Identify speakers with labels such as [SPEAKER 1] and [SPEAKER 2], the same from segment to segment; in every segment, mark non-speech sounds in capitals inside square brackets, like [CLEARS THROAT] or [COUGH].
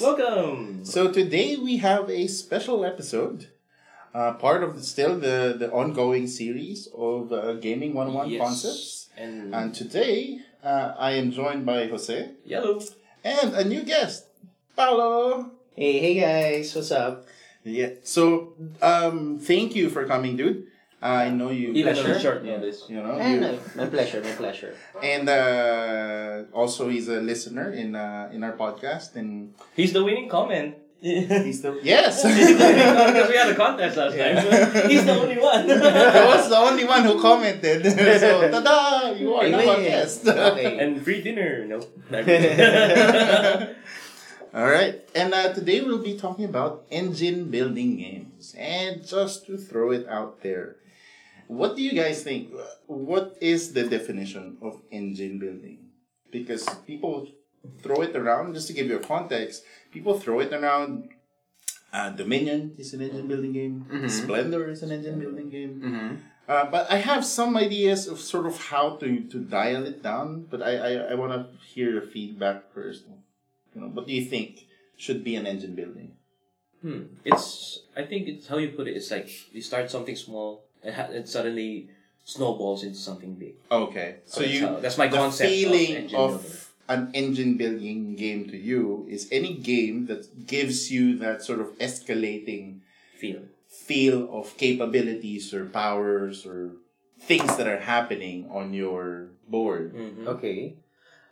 [SPEAKER 1] Welcome.
[SPEAKER 2] So today we have a special episode, uh, part of the, still the, the ongoing series of uh, Gaming 101
[SPEAKER 1] Yes.
[SPEAKER 2] concepts.
[SPEAKER 1] And,
[SPEAKER 2] And today uh, I am joined by Jose
[SPEAKER 1] yellow.
[SPEAKER 2] and a new guest, Paolo.
[SPEAKER 3] Hey, hey guys, what's up?
[SPEAKER 2] Yeah. So um, thank you for coming, dude. I know you.
[SPEAKER 1] Even
[SPEAKER 3] Pleasure.
[SPEAKER 1] on short notice.
[SPEAKER 2] You know,
[SPEAKER 3] Eh,
[SPEAKER 2] you-
[SPEAKER 3] no, my pleasure, my pleasure.
[SPEAKER 2] and uh, also he's a listener in uh, in our podcast, and
[SPEAKER 1] He's the winning
[SPEAKER 2] [LAUGHS]
[SPEAKER 1] comment. He's the
[SPEAKER 2] he's the yes. [LAUGHS]
[SPEAKER 1] winning comment because we had a contest last time. [LAUGHS] He's the only one. [LAUGHS]
[SPEAKER 2] I was the only one who commented. [LAUGHS] so, ta-da! You are now a
[SPEAKER 3] Amen.
[SPEAKER 2] guest.
[SPEAKER 3] Okay.
[SPEAKER 1] and free dinner. No.
[SPEAKER 2] [LAUGHS] All right. And uh, today we'll be talking about engine building games. And just to throw it out there, what do you guys think? What is the definition of engine building? Because people throw it around, just to give you a context, people throw it around. Uh, Dominion is an engine building game.
[SPEAKER 3] Mm-hmm.
[SPEAKER 2] Splendor is an engine building game. Uh, but I have some ideas of sort of how to, to dial it down, but I, I, I want to hear your feedback first. You know, what do you think should be an engine building?
[SPEAKER 1] Hmm. [LAUGHS] It's. I think it's how you put it. It's like you start something small and ha- it suddenly snowballs into something big.
[SPEAKER 2] Okay, so
[SPEAKER 1] that's
[SPEAKER 2] you
[SPEAKER 1] how- that's my
[SPEAKER 2] the
[SPEAKER 1] concept of
[SPEAKER 2] feeling
[SPEAKER 1] engine
[SPEAKER 2] of,
[SPEAKER 1] building.
[SPEAKER 2] an engine building game to you is any game that gives you that sort of escalating
[SPEAKER 1] Feel.
[SPEAKER 2] feel of capabilities or powers or things that are happening on your board.
[SPEAKER 1] Mm-hmm.
[SPEAKER 3] Okay.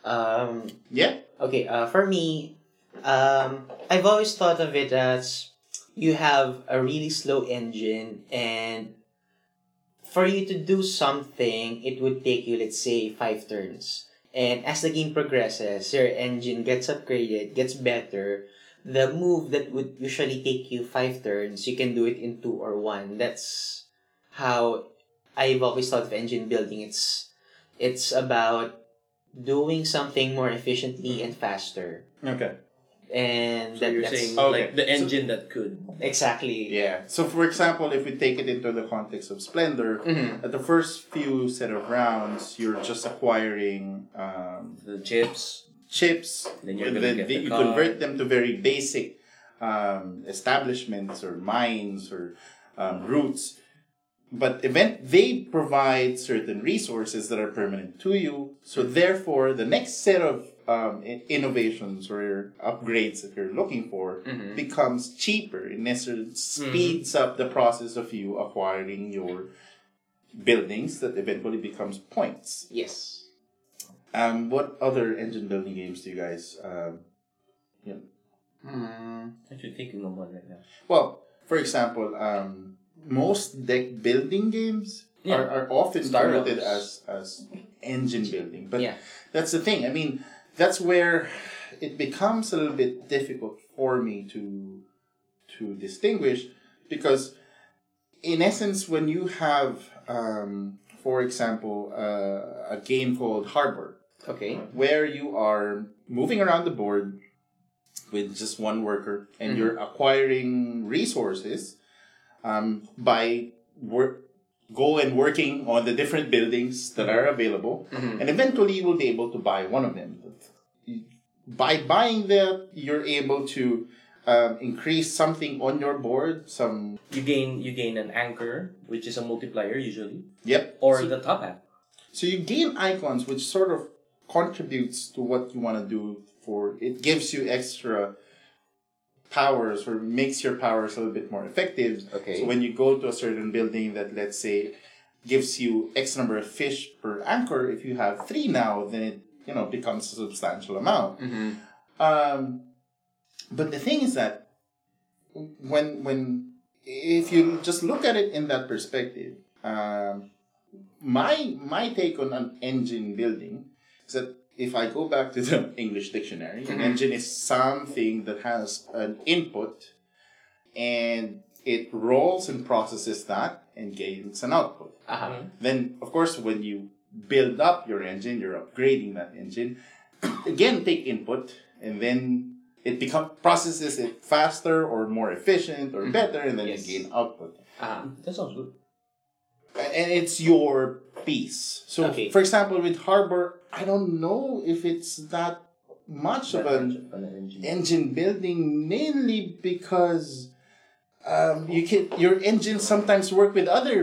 [SPEAKER 3] Um,
[SPEAKER 2] Yeah,
[SPEAKER 3] okay, uh, for me, um, I've always thought of it as you have a really slow engine, and for you to do something, it would take you, let's say, five turns. And as the game progresses, your engine gets upgraded, gets better. The move that would usually take you five turns, you can do it in two or one. That's how I've always thought of engine building. It's it's about doing something more efficiently and faster.
[SPEAKER 2] okay.
[SPEAKER 3] And
[SPEAKER 1] So
[SPEAKER 3] that-
[SPEAKER 1] you're
[SPEAKER 3] that's
[SPEAKER 1] saying
[SPEAKER 2] Okay.
[SPEAKER 1] like the
[SPEAKER 2] So-
[SPEAKER 1] engine that could.
[SPEAKER 3] exactly.
[SPEAKER 2] Yeah. So, for example, if we take it into the context of Splendor,
[SPEAKER 3] Mhm.
[SPEAKER 2] at the first few set of rounds, you're just acquiring um,
[SPEAKER 1] The chips.
[SPEAKER 2] chips.
[SPEAKER 1] Then you're gonna
[SPEAKER 2] Then
[SPEAKER 1] get
[SPEAKER 2] the-
[SPEAKER 1] the
[SPEAKER 2] you
[SPEAKER 1] car.
[SPEAKER 2] convert them to very basic um, establishments or mines or um, routes. But event they provide certain resources that are permanent to you. So therefore, the next set of um, i- innovations or upgrades that you're looking for
[SPEAKER 1] Mm-hmm.
[SPEAKER 2] becomes cheaper. It necessarily speeds up the process of you acquiring your buildings that eventually becomes points.
[SPEAKER 3] Yes.
[SPEAKER 2] Um, what other engine building games do you guys? Um, you know?
[SPEAKER 1] I'm actually thinking of one right now.
[SPEAKER 2] Well, for example, um, most deck building games
[SPEAKER 1] Yeah.
[SPEAKER 2] are, are often
[SPEAKER 1] Star Wars.
[SPEAKER 2] targeted as as engine building, but
[SPEAKER 3] Yeah.
[SPEAKER 2] that's the thing. I mean, that's where it becomes a little bit difficult for me to to distinguish because, in essence, when you have, um, for example, uh, a game called Harbor,
[SPEAKER 3] Okay.
[SPEAKER 1] Mm-hmm.
[SPEAKER 2] where you are moving around the board with just one worker and you're acquiring resources um, by work go and working on the different buildings that are available and eventually you will be able to buy one of them by buying them you're able to um, increase something on your board some
[SPEAKER 1] You gain you gain an anchor, which is a multiplier usually,
[SPEAKER 2] yep
[SPEAKER 1] or the top hat.
[SPEAKER 2] So you gain icons, which sort of contributes to what you want to do. For it gives you extra powers, or makes your powers a little bit more effective.
[SPEAKER 3] Okay.
[SPEAKER 2] So when you go to a certain building that, let's say, gives you X number of fish per anchor, if you have three now, then it you know becomes a substantial amount. Um, but the thing is that when when if you just look at it in that perspective, um, my my take on an engine building is that if I go back to the [LAUGHS] English dictionary, an engine is something that has an input and it rolls and processes that and gains an output.
[SPEAKER 3] Uh-huh.
[SPEAKER 1] Mm-hmm.
[SPEAKER 2] Then, of course, when you build up your engine, you're upgrading that engine. [CLEARS THROAT] Again, take input, and then it become processes it faster or more efficient or better, and then
[SPEAKER 3] Yes.
[SPEAKER 2] you gain output.
[SPEAKER 3] Uh-huh.
[SPEAKER 1] That sounds good.
[SPEAKER 2] A- And it's your piece. So,
[SPEAKER 3] Okay.
[SPEAKER 2] for example, with Harbor, I don't know if it's that much of
[SPEAKER 1] That
[SPEAKER 2] an
[SPEAKER 1] much of an engine.
[SPEAKER 2] engine building mainly because um, you can your engines sometimes work with other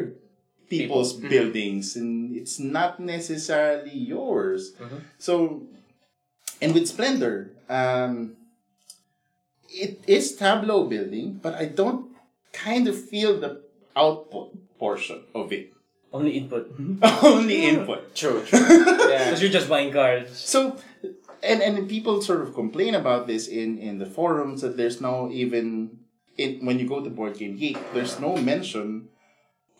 [SPEAKER 2] people's
[SPEAKER 1] People. Mhm.
[SPEAKER 2] buildings and it's not necessarily yours
[SPEAKER 1] Mhm.
[SPEAKER 2] so and with splendor um, it is tableau building but i don't kind of feel the output portion of it
[SPEAKER 1] Only input.
[SPEAKER 2] [LAUGHS] Mm-hmm.
[SPEAKER 1] [LAUGHS]
[SPEAKER 2] only input
[SPEAKER 3] True, true. yeah.
[SPEAKER 1] Because you're just buying cards.
[SPEAKER 2] So, and and people sort of complain about this in in the forums that there's no even it when you go to Board Game Geek, there's no mention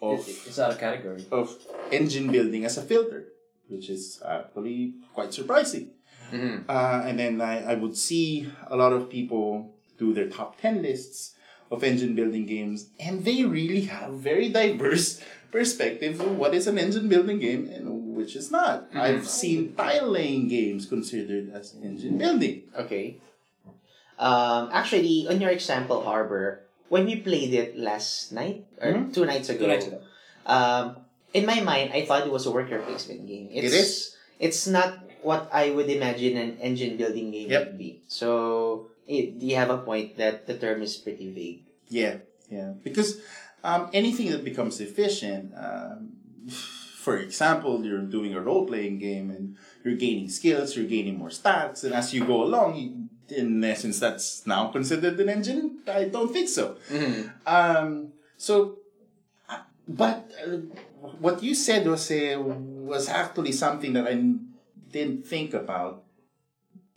[SPEAKER 2] of
[SPEAKER 1] It's, it's not a
[SPEAKER 2] [LAUGHS]
[SPEAKER 1] category.
[SPEAKER 2] of engine building as a filter, which is actually quite surprising.
[SPEAKER 3] Mhm.
[SPEAKER 2] Uh, and then I, I would see a lot of people do their top 10 lists of engine building games, and they really have very diverse [LAUGHS] perspectives of what is an engine building game and which is not. I've seen tile laying games considered as engine building.
[SPEAKER 3] Okay. Um, actually, on your example, Harbor, when we played it last night or
[SPEAKER 2] Mhm.
[SPEAKER 3] two nights ago,
[SPEAKER 1] Mm-hmm. Two nights ago.
[SPEAKER 3] Um, in my mind, I thought it was a worker placement game.
[SPEAKER 2] It
[SPEAKER 3] It's, It's not what I would imagine an engine building game
[SPEAKER 2] Yep.
[SPEAKER 3] would be. So it, you have a point that the term is pretty vague.
[SPEAKER 2] Yeah, yeah. Because um, anything that becomes efficient, um, for example, you're doing a role playing game and you're gaining skills, you're gaining more stats, and as you go along, you, in essence, that's now considered an engine? I don't think so. Um, so, uh, but uh, what you said was uh, was actually something that I n- didn't think about.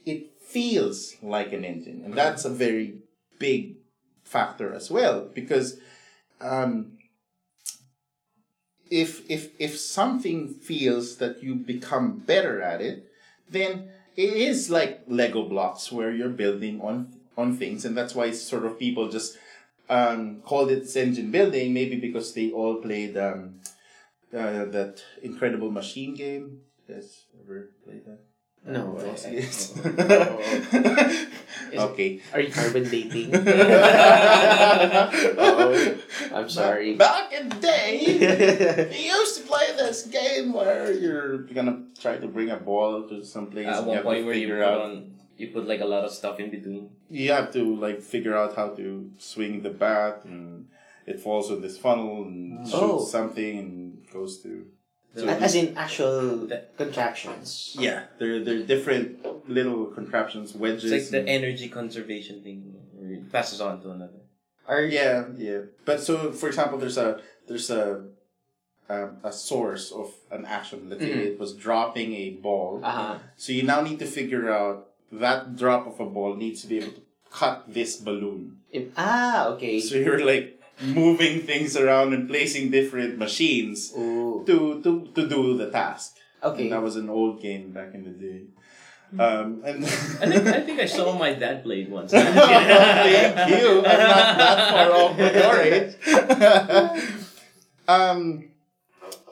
[SPEAKER 2] It feels like an engine, and that's a very big factor as well because um, if if if something feels that you become better at it, then it is like Lego blocks where you're building on on things, and that's why sort of people just um, called it engine building, maybe because they all played um, uh, that incredible machine game. You guys ever played that?
[SPEAKER 3] No.
[SPEAKER 2] Oh,
[SPEAKER 3] I-
[SPEAKER 1] [LAUGHS]
[SPEAKER 3] [LAUGHS]
[SPEAKER 2] yes.
[SPEAKER 1] Oh,
[SPEAKER 3] Is-
[SPEAKER 2] [LAUGHS] okay.
[SPEAKER 3] Are you carbon [LAUGHS] dating?
[SPEAKER 2] Uh-oh.
[SPEAKER 3] I'm sorry.
[SPEAKER 2] Back in the
[SPEAKER 1] [LAUGHS]
[SPEAKER 2] day, you used to play this game where you're gonna try to bring a ball to some place.
[SPEAKER 1] At
[SPEAKER 2] and you
[SPEAKER 1] one
[SPEAKER 2] have
[SPEAKER 1] point
[SPEAKER 2] to
[SPEAKER 1] where you
[SPEAKER 2] figure
[SPEAKER 1] put
[SPEAKER 2] out.
[SPEAKER 1] on, you put like a lot of stuff in between.
[SPEAKER 2] you have to like figure out how to swing the bat and it falls in this funnel and shoots
[SPEAKER 3] Oh.
[SPEAKER 2] something and goes to
[SPEAKER 3] As in actual
[SPEAKER 1] That-
[SPEAKER 3] contractions.
[SPEAKER 2] yeah there there are different little contraptions wedges
[SPEAKER 1] It's like the
[SPEAKER 2] and-
[SPEAKER 1] energy conservation thing. Where it passes on to another.
[SPEAKER 3] Are
[SPEAKER 2] yeah yeah but so for example there's a there's a um, a source of an action let's say
[SPEAKER 1] Mm-hmm.
[SPEAKER 3] Mhm.
[SPEAKER 2] it was dropping a ball
[SPEAKER 3] Uh-huh.
[SPEAKER 2] so you now need to figure out that drop of a ball needs to be able to cut this balloon
[SPEAKER 3] If- ah, okay.
[SPEAKER 2] so you're like moving things around and placing different machines
[SPEAKER 3] Ooh.
[SPEAKER 2] to to, to do the task.
[SPEAKER 3] Okay.
[SPEAKER 2] And that was an old game back in the day. Um, and [LAUGHS]
[SPEAKER 1] I think, [LAUGHS] I think I saw my dad play it once.
[SPEAKER 2] Thank you. I'm not that far off from your age. [LAUGHS] um,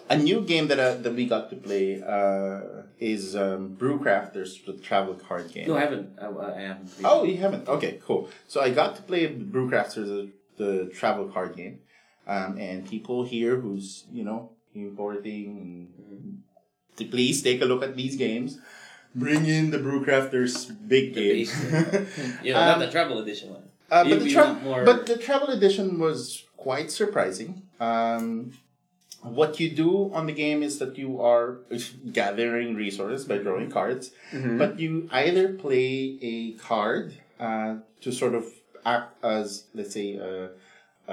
[SPEAKER 2] a new game that uh, that we got to play uh, is um, Brewcrafters, the travel card game.
[SPEAKER 1] No, I haven't. I, I haven't. Played
[SPEAKER 2] Oh, you haven't? Okay, cool. So I got to play Brewcrafters, the, the travel card game, um, and people here who's you know importing. And, to please take a look at these games. Bring in the Brewcrafters big
[SPEAKER 1] The
[SPEAKER 2] game. [LAUGHS]
[SPEAKER 1] it. You know,
[SPEAKER 2] Um,
[SPEAKER 1] not the travel edition one.
[SPEAKER 2] Uh,
[SPEAKER 1] You-
[SPEAKER 2] but, the
[SPEAKER 1] you
[SPEAKER 2] tra-
[SPEAKER 1] want more-
[SPEAKER 2] but the travel edition was quite surprising. Um, what you do on the game is that you are gathering resources by drawing cards, but you either play a card uh, to sort of act as, let's say, a,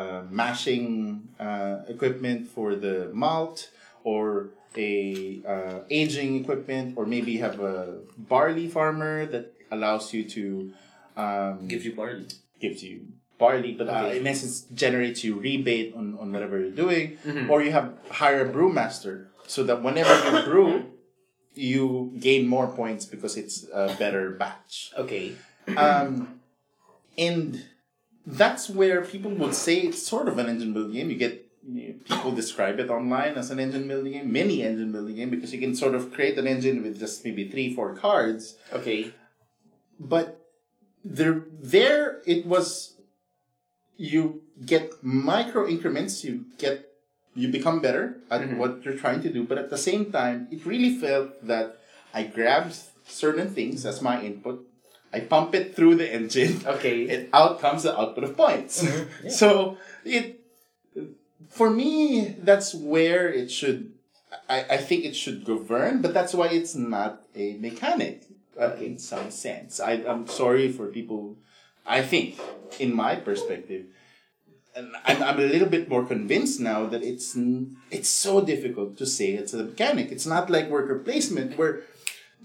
[SPEAKER 2] a mashing uh, equipment for the malt or a uh, aging equipment, or maybe have a barley farmer that allows you to um,
[SPEAKER 1] Gives you barley.
[SPEAKER 2] gives you barley, but uh,
[SPEAKER 3] Okay.
[SPEAKER 2] in essence generates you rebate on, on whatever you're doing, or you have hire a brewmaster so that whenever you brew, you gain more points because it's a better batch.
[SPEAKER 3] Okay.
[SPEAKER 2] Um, and that's where people would say it's sort of an engine building game. You get you know, people describe it online as an engine building game, mini engine building game, because you can sort of create an engine with just maybe three, four cards,
[SPEAKER 3] Okay.
[SPEAKER 2] but there there it was you get micro increments you get you become better at what you're trying to do but at the same time it really felt that i grabbed certain things as my input I pump it through the engine. [LAUGHS]
[SPEAKER 3] Okay.
[SPEAKER 2] It out comes the output of points. [LAUGHS] So it for me that's where it should I, I think it should govern, but that's why it's not a mechanic uh, in some sense. I, I'm sorry for people. I think, in my perspective, and I'm, I'm a little bit more convinced now that it's n- it's so difficult to say it's a mechanic. It's not like worker placement where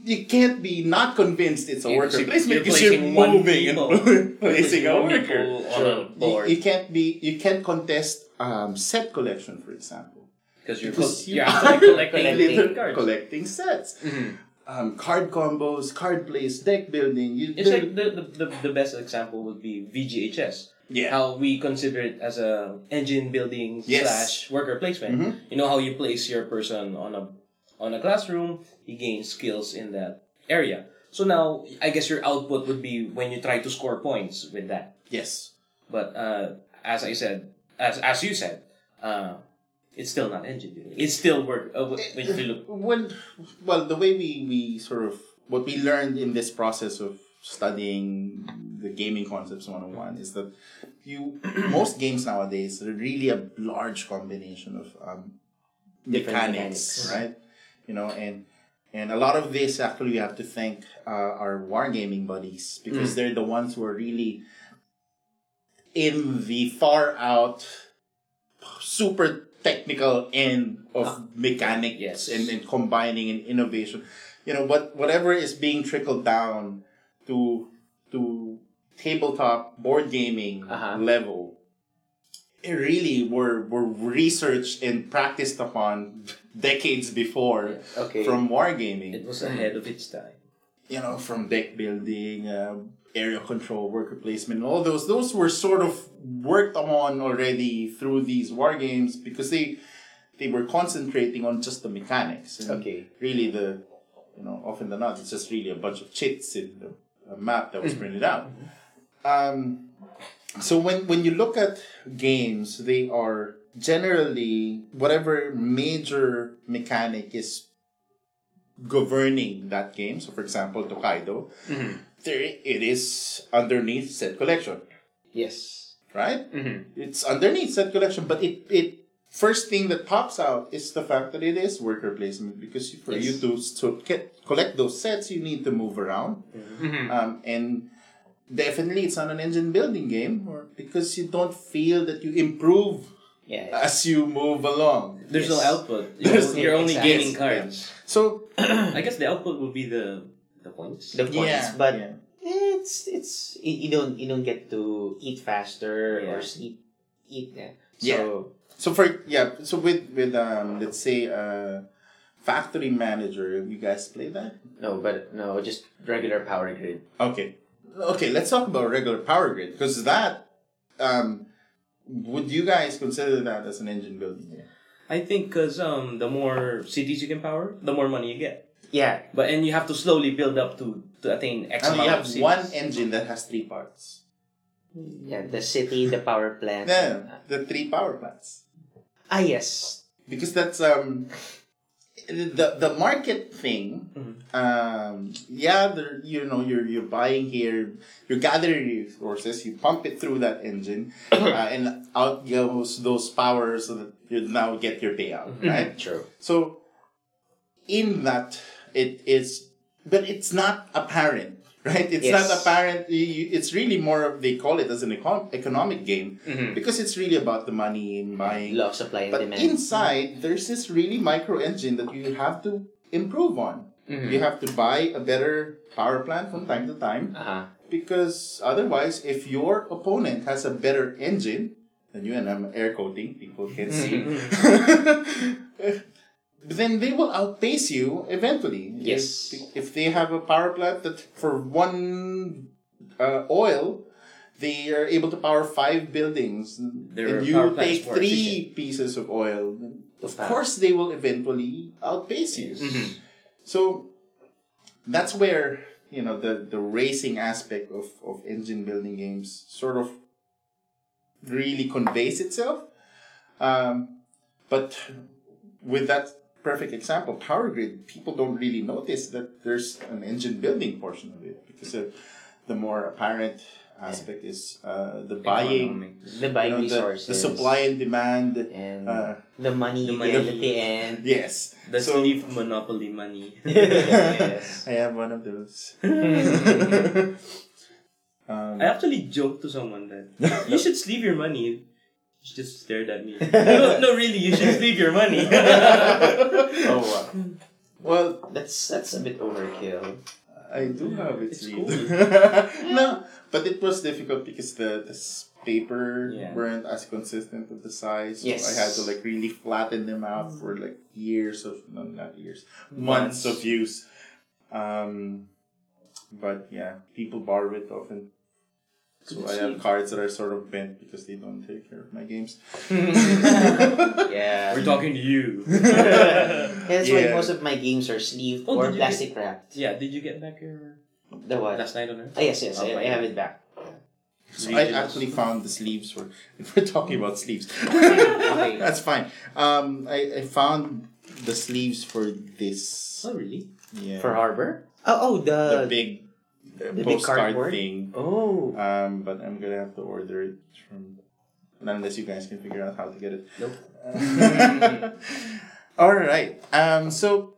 [SPEAKER 2] you can't be not convinced it's a
[SPEAKER 1] You're-
[SPEAKER 2] worker
[SPEAKER 1] you're
[SPEAKER 2] placement because you're
[SPEAKER 1] placing one
[SPEAKER 2] moving
[SPEAKER 1] people.
[SPEAKER 2] and [LAUGHS] placing a
[SPEAKER 1] People
[SPEAKER 2] worker.
[SPEAKER 1] on a
[SPEAKER 2] You,
[SPEAKER 1] board
[SPEAKER 2] you can't be you can't contest um, set collection, for example
[SPEAKER 1] because you're,
[SPEAKER 2] because
[SPEAKER 1] co-
[SPEAKER 2] you
[SPEAKER 1] you're
[SPEAKER 2] are
[SPEAKER 1] actually
[SPEAKER 2] [LAUGHS]
[SPEAKER 1] collecting Mm-hmm.
[SPEAKER 2] little-
[SPEAKER 1] little cards.
[SPEAKER 2] collecting sets. Um, card combos, card plays, deck building. You,
[SPEAKER 1] It's like the, the, the, the best example would be VGHS.
[SPEAKER 2] Yeah.
[SPEAKER 1] How we consider it as a engine building
[SPEAKER 2] Yes.
[SPEAKER 1] slash worker placement. You know how you place your person on a on a classroom, he gains skills in that area. So now I guess your output would be when you try to score points with that.
[SPEAKER 2] yes,
[SPEAKER 1] But uh, as I said, as as you said, uh, it's still not engine building. It's still work. Uh, wh- when you look,
[SPEAKER 2] well, well, the way we, we sort of what we learned in this process of studying the gaming concepts 101 is that you [CLEARS THROAT] most games nowadays are really a large combination of um,
[SPEAKER 3] Different
[SPEAKER 2] mechanics,
[SPEAKER 3] mechanics.
[SPEAKER 2] right? You know, and and a lot of this actually we have to thank uh, our wargaming buddies
[SPEAKER 3] Mm.
[SPEAKER 2] because they're the ones who are really in the far out super technical end of
[SPEAKER 3] Ah.
[SPEAKER 2] mechanics
[SPEAKER 1] Yes.
[SPEAKER 2] and, and combining and innovation you know what whatever is being trickled down to to tabletop board gaming
[SPEAKER 3] Uh-huh.
[SPEAKER 2] level it really were were researched and practiced upon decades before
[SPEAKER 3] Okay.
[SPEAKER 2] from wargaming
[SPEAKER 1] it was ahead of its time.
[SPEAKER 2] you know, from deck building, uh, area control, worker placement, all those. Those were sort of worked on already through these war games because they they were concentrating on just the mechanics. and
[SPEAKER 3] Okay.
[SPEAKER 2] Really, the you know, often than not, it's just really a bunch of chits in the, a map that was printed out. Um, so when when you look at games, they are generally whatever major mechanic is governing that game. So, for example, Tokaido, there it is underneath set collection,
[SPEAKER 3] Yes.
[SPEAKER 2] right? It's underneath set collection, but it it first thing that pops out is the fact that it is worker placement because for
[SPEAKER 3] Yes.
[SPEAKER 2] you to s- to get, collect those sets, you need to move around,
[SPEAKER 3] Mm-hmm.
[SPEAKER 2] um, and definitely it's not an engine building game or because you don't feel that you improve
[SPEAKER 3] Yeah.
[SPEAKER 2] as you move along.
[SPEAKER 1] There's no
[SPEAKER 3] Yes.
[SPEAKER 1] output. You're,
[SPEAKER 2] There's
[SPEAKER 1] you're
[SPEAKER 3] no-
[SPEAKER 1] only
[SPEAKER 3] Exactly.
[SPEAKER 1] gaining cards.
[SPEAKER 2] So
[SPEAKER 1] I guess the output will be the the points.
[SPEAKER 3] the points,
[SPEAKER 2] yeah,
[SPEAKER 3] but
[SPEAKER 2] yeah.
[SPEAKER 3] it's it's you you don't you don't get to eat faster
[SPEAKER 1] Yeah.
[SPEAKER 3] or sleep eat. Yeah.
[SPEAKER 2] Yeah.
[SPEAKER 3] So
[SPEAKER 2] So for yeah, so with with um let's say uh factory manager, you guys play that?
[SPEAKER 3] no, but no, just regular power grid.
[SPEAKER 2] Okay. Okay, let's talk about regular power grid because that um would you guys consider that as an engine building game?
[SPEAKER 1] I think because um, the more cities you can power, the more money you get.
[SPEAKER 3] Yeah.
[SPEAKER 1] But and you have to slowly build up to, to attain
[SPEAKER 2] And
[SPEAKER 1] X
[SPEAKER 2] you
[SPEAKER 1] amount
[SPEAKER 2] have
[SPEAKER 1] of cities.
[SPEAKER 2] one engine that has three parts.
[SPEAKER 3] Yeah. The city, the power plant.
[SPEAKER 2] Then the three power plants.
[SPEAKER 3] Ah yes.
[SPEAKER 2] Because that's um the the market thing um yeah there you know you're you're buying here you're gathering resources you pump it through that engine uh, and out goes those powers so that you now get your payout right
[SPEAKER 3] True.
[SPEAKER 2] so in that it is but it's not apparent right it's
[SPEAKER 3] Yes.
[SPEAKER 2] not apparent You- you- it's really more of they call it as an econ- economic game because it's really about the money and buying
[SPEAKER 3] Law of supply and
[SPEAKER 2] but
[SPEAKER 3] demand.
[SPEAKER 2] inside, there's this really micro engine that you have to improve on.
[SPEAKER 3] Mm-hmm.
[SPEAKER 2] You have to buy a better power plant from time to time
[SPEAKER 3] uh-huh.
[SPEAKER 2] because otherwise, if your opponent has a better engine than you, and I'm air quoting, people can see,
[SPEAKER 1] Mm-hmm.
[SPEAKER 2] [LAUGHS] then they will outpace you eventually.
[SPEAKER 3] Yes.
[SPEAKER 2] If, if they have a power plant that for one uh, oil, they are able to power five buildings,
[SPEAKER 1] Their
[SPEAKER 2] and
[SPEAKER 1] power
[SPEAKER 2] you
[SPEAKER 1] plants
[SPEAKER 2] take
[SPEAKER 1] were
[SPEAKER 2] three pieces of oil. Of
[SPEAKER 3] power.
[SPEAKER 2] course, they will eventually outpace you.
[SPEAKER 1] Mm-hmm.
[SPEAKER 2] So that's where you know the the racing aspect of of engine building games sort of really conveys itself um, but with that perfect example power grid people don't really notice that there's an engine building portion of it because uh, the more apparent aspect is uh, the buying,
[SPEAKER 4] Economic.
[SPEAKER 3] the
[SPEAKER 2] you
[SPEAKER 3] buying
[SPEAKER 2] know, the,
[SPEAKER 3] resources,
[SPEAKER 2] the supply and demand.
[SPEAKER 4] And
[SPEAKER 2] Uh,
[SPEAKER 3] the money
[SPEAKER 1] The
[SPEAKER 3] you
[SPEAKER 1] money.
[SPEAKER 3] get at the
[SPEAKER 2] [LAUGHS]
[SPEAKER 3] [LAUGHS] end.
[SPEAKER 2] yes,
[SPEAKER 1] The
[SPEAKER 2] So-
[SPEAKER 1] sleeve monopoly
[SPEAKER 2] [LAUGHS]
[SPEAKER 1] money.
[SPEAKER 3] Yes.
[SPEAKER 2] I have one of those. [LAUGHS] um,
[SPEAKER 1] I actually joked to someone
[SPEAKER 2] [LAUGHS]
[SPEAKER 1] that you should sleeve your money. She just stared at me.
[SPEAKER 2] [LAUGHS]
[SPEAKER 1] no, no, really, you should sleeve your money.
[SPEAKER 2] oh, wow. Well,
[SPEAKER 3] That's that's a bit overkill.
[SPEAKER 2] I do have it.
[SPEAKER 1] It's
[SPEAKER 2] read. [LAUGHS]
[SPEAKER 1] cool.
[SPEAKER 2] no, but it was difficult because the, the s- paper
[SPEAKER 1] Yeah.
[SPEAKER 2] weren't as consistent with the size. So
[SPEAKER 3] Yes.
[SPEAKER 2] I had to like really flatten them out for like years of no, not years,
[SPEAKER 1] Mm.
[SPEAKER 2] months,
[SPEAKER 1] Months.
[SPEAKER 2] of use. Um, but yeah, people borrow it often. [LAUGHS] So I have cards that are sort of bent because they don't take care of my
[SPEAKER 1] [LAUGHS]
[SPEAKER 2] games. [LAUGHS]
[SPEAKER 3] Yeah.
[SPEAKER 1] We're talking to
[SPEAKER 2] [LAUGHS]
[SPEAKER 1] you. [LAUGHS]
[SPEAKER 3] That's
[SPEAKER 2] Yeah.
[SPEAKER 3] why most of my games are sleeved
[SPEAKER 1] Oh,
[SPEAKER 3] or
[SPEAKER 1] did you
[SPEAKER 3] plastic wrapped.
[SPEAKER 1] yeah, did you get back your
[SPEAKER 3] The what?
[SPEAKER 1] last night on Earth?
[SPEAKER 3] Ah, yes, yes, I, I
[SPEAKER 1] Okay.
[SPEAKER 3] have it back.
[SPEAKER 2] So I actually found the sleeves for if we're talking about sleeves.
[SPEAKER 3] Okay.
[SPEAKER 2] That's fine. Um I, I found the sleeves for this.
[SPEAKER 1] Oh, really?
[SPEAKER 2] Yeah.
[SPEAKER 3] For Harbor? Oh, oh
[SPEAKER 2] the
[SPEAKER 3] the,
[SPEAKER 2] big uh,
[SPEAKER 3] big
[SPEAKER 2] postcard
[SPEAKER 3] cardboard?
[SPEAKER 2] thing.
[SPEAKER 3] oh
[SPEAKER 2] Um but I'm gonna have to order it from unless you guys can figure out how to get it.
[SPEAKER 1] Nope.
[SPEAKER 2] [LAUGHS] Alright. Um so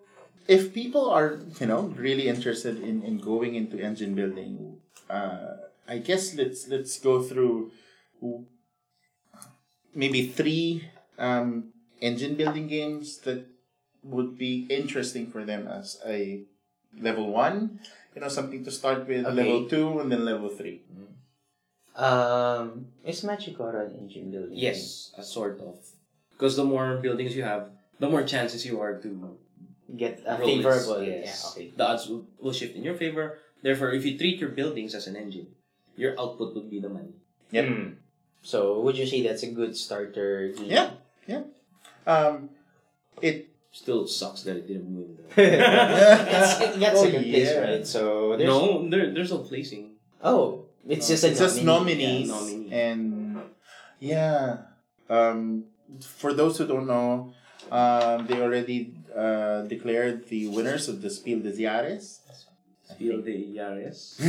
[SPEAKER 2] if people are, you know, really interested in, in going into engine building, uh, I guess let's let's go through maybe three um, engine building games that would be interesting for them as a level one. You know, something to start with,
[SPEAKER 3] Okay.
[SPEAKER 2] level two, and then level three.
[SPEAKER 3] um is Machikoro an engine building?
[SPEAKER 1] Yes, a sort of. Because the more buildings you have, the more chances you are to
[SPEAKER 3] game? Get a
[SPEAKER 1] roll it.
[SPEAKER 3] favorable
[SPEAKER 1] Yes.
[SPEAKER 3] yeah, okay.
[SPEAKER 1] The odds will, will shift in your favor. Therefore, if you treat your buildings as an engine, your output would be the money.
[SPEAKER 2] Yep.
[SPEAKER 3] Hmm. So would you say that's a good starter game?
[SPEAKER 2] Yeah. Um, it
[SPEAKER 1] Still sucks that it didn't win. Though.
[SPEAKER 3] [LAUGHS] it's, it gets
[SPEAKER 2] Oh,
[SPEAKER 3] a good place,
[SPEAKER 2] yeah.
[SPEAKER 3] right? So there's
[SPEAKER 1] [LAUGHS] no, there, there's no placing.
[SPEAKER 3] Oh, it's just a
[SPEAKER 2] it's just
[SPEAKER 1] nominee,
[SPEAKER 2] nominees,
[SPEAKER 1] yeah, nominee.
[SPEAKER 2] and yeah. Um, for those who don't know, um, they already uh, declared the winners of the Spiel des Jahres.
[SPEAKER 1] Feel the E [LAUGHS]
[SPEAKER 3] [LAUGHS]
[SPEAKER 1] Yaris.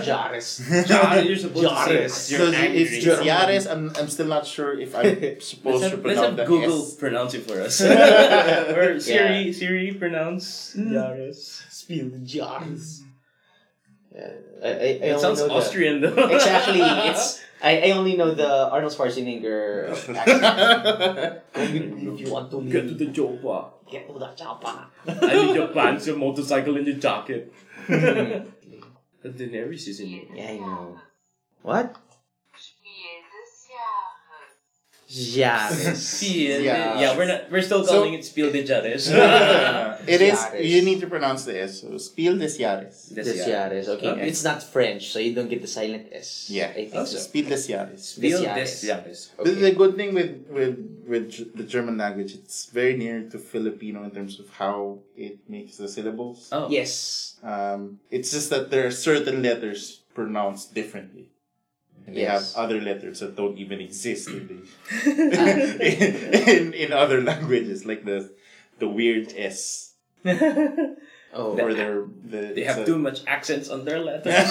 [SPEAKER 3] Jaris.
[SPEAKER 1] Jar, you're supposed to
[SPEAKER 3] Yaris.
[SPEAKER 1] say
[SPEAKER 2] So
[SPEAKER 1] you're angry.
[SPEAKER 2] it's Josiares. I'm, I'm still not sure if I'm supposed to
[SPEAKER 1] Let's have, let's
[SPEAKER 2] pronounce
[SPEAKER 1] have
[SPEAKER 2] that
[SPEAKER 1] Google
[SPEAKER 2] S.
[SPEAKER 1] pronounce it
[SPEAKER 3] [LAUGHS]
[SPEAKER 1] for us. or Siri, Siri, pronounce
[SPEAKER 3] Hmm.
[SPEAKER 1] Yaris.
[SPEAKER 3] Spiel Jaris. I, I, I
[SPEAKER 1] It
[SPEAKER 3] only
[SPEAKER 1] sounds
[SPEAKER 3] know the-
[SPEAKER 1] Austrian [LAUGHS] though.
[SPEAKER 3] exactly. It's I, I only know the Arnold
[SPEAKER 2] [LAUGHS]
[SPEAKER 3] Schwarzenegger uh, accent. if you want to
[SPEAKER 1] Get to
[SPEAKER 3] leave,
[SPEAKER 1] the job. ah.
[SPEAKER 3] get to the chapa.
[SPEAKER 1] I need your pants, your motorcycle, and your jacket. the Hmm. Daenerys is in it.
[SPEAKER 3] Yeah, I know. What?
[SPEAKER 5] Spiel des Jahres.
[SPEAKER 1] [LAUGHS]
[SPEAKER 3] Jaris.
[SPEAKER 1] Spiel.
[SPEAKER 2] Yeah.
[SPEAKER 1] Yeah, we're not. We're still
[SPEAKER 2] So-
[SPEAKER 1] calling it Spiel de
[SPEAKER 2] [LAUGHS]
[SPEAKER 1] Jares. [LAUGHS]
[SPEAKER 2] it is.
[SPEAKER 3] Jahres.
[SPEAKER 2] You need to pronounce the S. So Spiel des Jahres.
[SPEAKER 3] This
[SPEAKER 1] yeah.
[SPEAKER 3] Jaris. Okay,
[SPEAKER 1] Okay.
[SPEAKER 3] it's not French, so you don't get the silent S.
[SPEAKER 2] Yeah.
[SPEAKER 3] I think
[SPEAKER 1] Also.
[SPEAKER 3] so.
[SPEAKER 2] Spiel des Jahres.
[SPEAKER 1] Spiel
[SPEAKER 3] Jares.
[SPEAKER 1] des Jares.
[SPEAKER 2] The-
[SPEAKER 3] Okay.
[SPEAKER 2] The good thing with with with G- the German language, it's very near to Filipino in terms of how it makes the syllables.
[SPEAKER 1] Oh.
[SPEAKER 3] Yes.
[SPEAKER 2] Um, it's just that there are certain letters pronounced differently. And They
[SPEAKER 3] Yes.
[SPEAKER 2] have other letters that don't even exist in
[SPEAKER 1] [LAUGHS]
[SPEAKER 2] the [LAUGHS] in, in, in other languages, like the the weird S
[SPEAKER 3] Oh.
[SPEAKER 2] or their the
[SPEAKER 1] They
[SPEAKER 2] it's
[SPEAKER 1] have
[SPEAKER 2] a- [LAUGHS]
[SPEAKER 1] too much accents on their letters.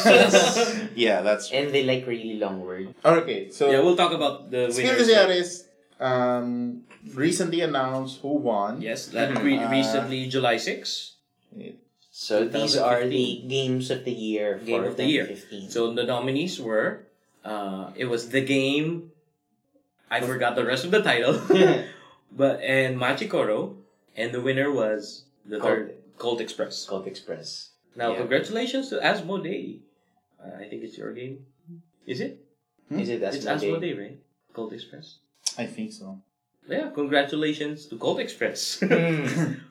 [SPEAKER 1] [LAUGHS]
[SPEAKER 2] yeah, that's
[SPEAKER 3] And they like really long words.
[SPEAKER 2] okay. So
[SPEAKER 1] yeah, we'll talk about the
[SPEAKER 2] Spiel
[SPEAKER 1] winners.
[SPEAKER 2] des Jahres, um, recently announced who won.
[SPEAKER 1] Yes, that re-
[SPEAKER 2] Uh,
[SPEAKER 1] recently July 6.
[SPEAKER 3] So these are
[SPEAKER 1] 2015.
[SPEAKER 3] the games of the year for
[SPEAKER 1] Game of the year.
[SPEAKER 3] 2015. [LAUGHS]
[SPEAKER 1] So the nominees were, uh, it was the game. I forgot the rest of the
[SPEAKER 2] [LAUGHS]
[SPEAKER 1] title, but and Machikoro, and the winner was the
[SPEAKER 3] Cold-
[SPEAKER 1] third Cold Express.
[SPEAKER 3] Cold Express.
[SPEAKER 1] Now
[SPEAKER 3] Yeah.
[SPEAKER 1] congratulations to Asmodee. Uh, I think it's your game. Is it?
[SPEAKER 2] Hmm?
[SPEAKER 3] Is it that's
[SPEAKER 1] it's
[SPEAKER 3] not
[SPEAKER 1] Asmodee,
[SPEAKER 3] game?
[SPEAKER 1] right? Cold Express.
[SPEAKER 2] I think so.
[SPEAKER 1] Yeah, congratulations to Cold Express. [LAUGHS] Hmm.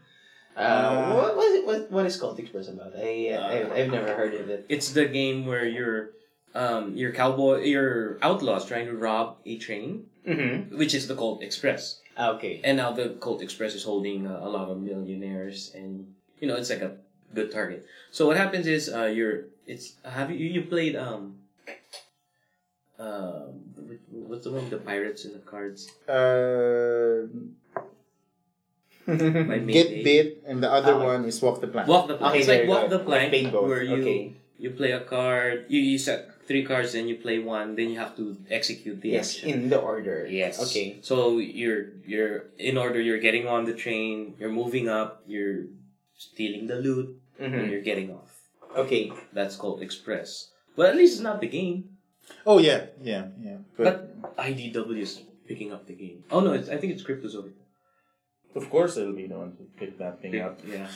[SPEAKER 3] Uh, what, what, is- what, what is Cold Express about? I, uh, I I've never heard of it.
[SPEAKER 1] it's the game where you're, um, your cowboy, your outlaws trying to rob a train,
[SPEAKER 3] Mm-hmm.
[SPEAKER 1] which is the Cold Express.
[SPEAKER 3] Ah, Okay.
[SPEAKER 1] And now the Colt Express is holding uh, a lot of millionaires, and you know it's like a good target. So what happens is uh, you're it's have you you played um uh what's the one with the pirates and the cards
[SPEAKER 2] Uh,
[SPEAKER 1] by
[SPEAKER 2] get
[SPEAKER 1] Mayday?
[SPEAKER 2] bit, and the other
[SPEAKER 3] Ah.
[SPEAKER 2] one is walk the plank.
[SPEAKER 1] walk the plank.
[SPEAKER 3] Okay,
[SPEAKER 1] it's
[SPEAKER 3] there
[SPEAKER 1] like
[SPEAKER 3] you
[SPEAKER 1] walk
[SPEAKER 3] go.
[SPEAKER 1] the plank
[SPEAKER 3] I've played both.
[SPEAKER 1] where you
[SPEAKER 3] Okay.
[SPEAKER 1] you play a card, you, you set three cards, then you play one, then you have to execute the
[SPEAKER 3] yes,
[SPEAKER 1] action.
[SPEAKER 3] in the order.
[SPEAKER 1] Yes.
[SPEAKER 3] Okay.
[SPEAKER 1] So you're you're in order. You're getting on the train. You're moving up. You're stealing the loot.
[SPEAKER 2] Mm-hmm.
[SPEAKER 1] And
[SPEAKER 3] hmm
[SPEAKER 1] you're getting off.
[SPEAKER 3] [LAUGHS] Okay.
[SPEAKER 1] That's called express. Well, at least it's not the game.
[SPEAKER 2] Oh yeah, yeah, yeah. But,
[SPEAKER 1] IDW is picking up the game. Oh no, it's, I think it's Cryptozoic.
[SPEAKER 2] of course, it'll be the one to pick that thing
[SPEAKER 1] [COUGHS]
[SPEAKER 2] up. [LAUGHS]
[SPEAKER 1] Yeah.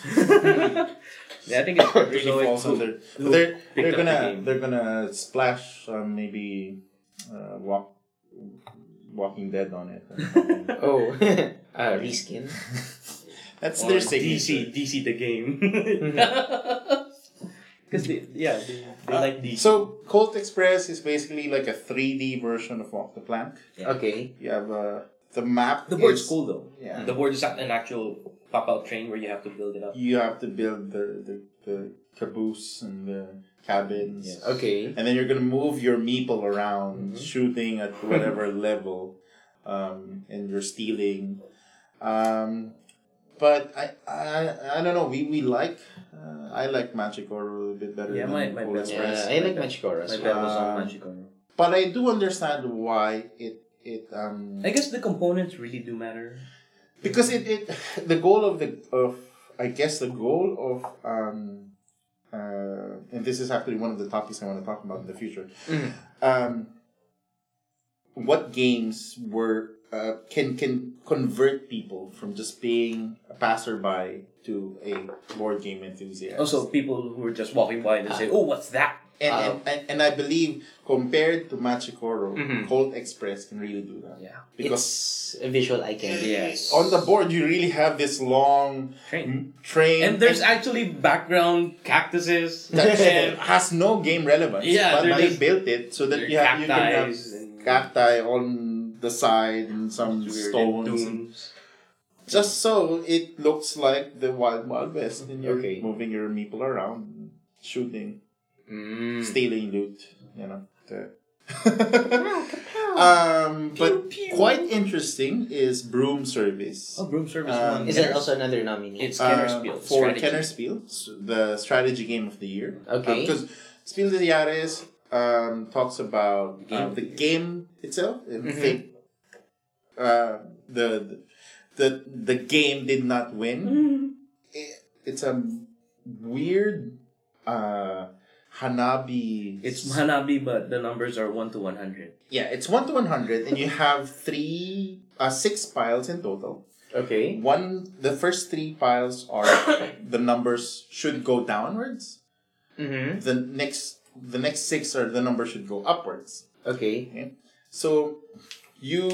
[SPEAKER 1] yeah, I think it's
[SPEAKER 2] It really
[SPEAKER 1] Cryptozoic.
[SPEAKER 2] falls
[SPEAKER 1] who-
[SPEAKER 2] under.
[SPEAKER 1] who
[SPEAKER 2] But they're
[SPEAKER 1] picked
[SPEAKER 2] they're
[SPEAKER 1] up the
[SPEAKER 2] gonna
[SPEAKER 1] game.
[SPEAKER 2] they're gonna splash um, maybe uh, walk Walking Dead on it.
[SPEAKER 3] [LAUGHS] Oh. uh, reskin.
[SPEAKER 2] [LAUGHS] That's
[SPEAKER 1] Or
[SPEAKER 2] their
[SPEAKER 1] DC,
[SPEAKER 2] signature.
[SPEAKER 1] DC the game. [LAUGHS] Because they, yeah, they, they
[SPEAKER 2] Mm-hmm. Uh,
[SPEAKER 1] like DC.
[SPEAKER 2] So Colt Express is basically like a 3D version of Walk the Plank.
[SPEAKER 3] Okay.
[SPEAKER 2] You have uh, the map.
[SPEAKER 1] the Hmm. board's
[SPEAKER 2] is-
[SPEAKER 1] cool though.
[SPEAKER 2] Yeah.
[SPEAKER 1] The board is not an actual pop out train where you have to build it up.
[SPEAKER 2] You have to build the, the, the caboose and the cabins.
[SPEAKER 1] Yes.
[SPEAKER 3] Okay.
[SPEAKER 2] And then you're going to move your meeple around,
[SPEAKER 1] Mhm.
[SPEAKER 2] shooting at
[SPEAKER 1] [LAUGHS]
[SPEAKER 2] whatever level, um, and you're stealing. Um, but I, I I don't know. We we like uh, I like Magic Order a little bit better.
[SPEAKER 1] Yeah,
[SPEAKER 2] than
[SPEAKER 1] my- my
[SPEAKER 2] Colt
[SPEAKER 1] best-
[SPEAKER 2] Express.
[SPEAKER 3] Yeah, Uh, I like Machikora.
[SPEAKER 1] My
[SPEAKER 3] as
[SPEAKER 1] bet was on
[SPEAKER 2] Um,
[SPEAKER 1] Magikarp.
[SPEAKER 2] But I do understand why it it um
[SPEAKER 1] I guess the components really do matter.
[SPEAKER 2] because it, it the goal of the of I guess the goal of um uh and this is actually one of the topics I want to talk about in the future.
[SPEAKER 1] Mm-hmm.
[SPEAKER 3] Mhm.
[SPEAKER 2] Um what games were uh, can can convert people from just being a passerby to a board game enthusiast.
[SPEAKER 1] Also, people who are just walking by
[SPEAKER 2] Uh,
[SPEAKER 1] and they say, "Oh, what's that?"
[SPEAKER 2] and,
[SPEAKER 3] um,
[SPEAKER 2] and, and, and I believe compared to Machikoro,
[SPEAKER 3] Mhm.
[SPEAKER 2] Cold Express can really do that.
[SPEAKER 1] Mm-hmm. Yeah,
[SPEAKER 2] Because
[SPEAKER 3] It's a visual icon.
[SPEAKER 1] Yes.
[SPEAKER 2] on the board you really have this long
[SPEAKER 3] Mm.
[SPEAKER 1] train.
[SPEAKER 2] m- train
[SPEAKER 1] And there's actually background
[SPEAKER 3] [LAUGHS]
[SPEAKER 1] cactuses. [LAUGHS]
[SPEAKER 2] that
[SPEAKER 1] and
[SPEAKER 2] has no game relevance.
[SPEAKER 1] Yeah,
[SPEAKER 2] but
[SPEAKER 1] they're
[SPEAKER 2] they
[SPEAKER 1] just-
[SPEAKER 2] built it so that
[SPEAKER 1] their
[SPEAKER 2] you have you can have
[SPEAKER 1] cacti's and-
[SPEAKER 2] cacti on the side and some
[SPEAKER 1] weird
[SPEAKER 2] stones.
[SPEAKER 1] dunes.
[SPEAKER 2] Just so it looks like the Wild Wild West, and you're
[SPEAKER 3] Okay.
[SPEAKER 2] moving your meeple around, shooting,
[SPEAKER 1] Hmm.
[SPEAKER 3] Mm.
[SPEAKER 2] stealing loot. You know. the- [LAUGHS] um, but quite interesting is broom service.
[SPEAKER 1] Oh, broom service
[SPEAKER 2] Um,
[SPEAKER 1] one.
[SPEAKER 3] Is that also another nominee?
[SPEAKER 1] It's Kenner's
[SPEAKER 2] Um,
[SPEAKER 1] Field,
[SPEAKER 2] for
[SPEAKER 1] strategy.
[SPEAKER 2] Kenner's Field, s- the strategy game of the year. Uh,
[SPEAKER 3] Okay.
[SPEAKER 2] Because Spiel des Jahres um, talks about um, the game itself and
[SPEAKER 3] Mhm.
[SPEAKER 2] think uh, the, the the the game did not win. It- it's a weird uh, Hanabi.
[SPEAKER 1] It's Hanabi, but the numbers are one to one hundred.
[SPEAKER 2] yeah, it's one to one hundred, and you have three uh, six piles in total.
[SPEAKER 3] okay.
[SPEAKER 2] One, the first three piles are [COUGHS] the numbers should go downwards.
[SPEAKER 3] Mm-hmm.
[SPEAKER 2] The next, the next six are the numbers should go upwards.
[SPEAKER 3] Okay.
[SPEAKER 2] So you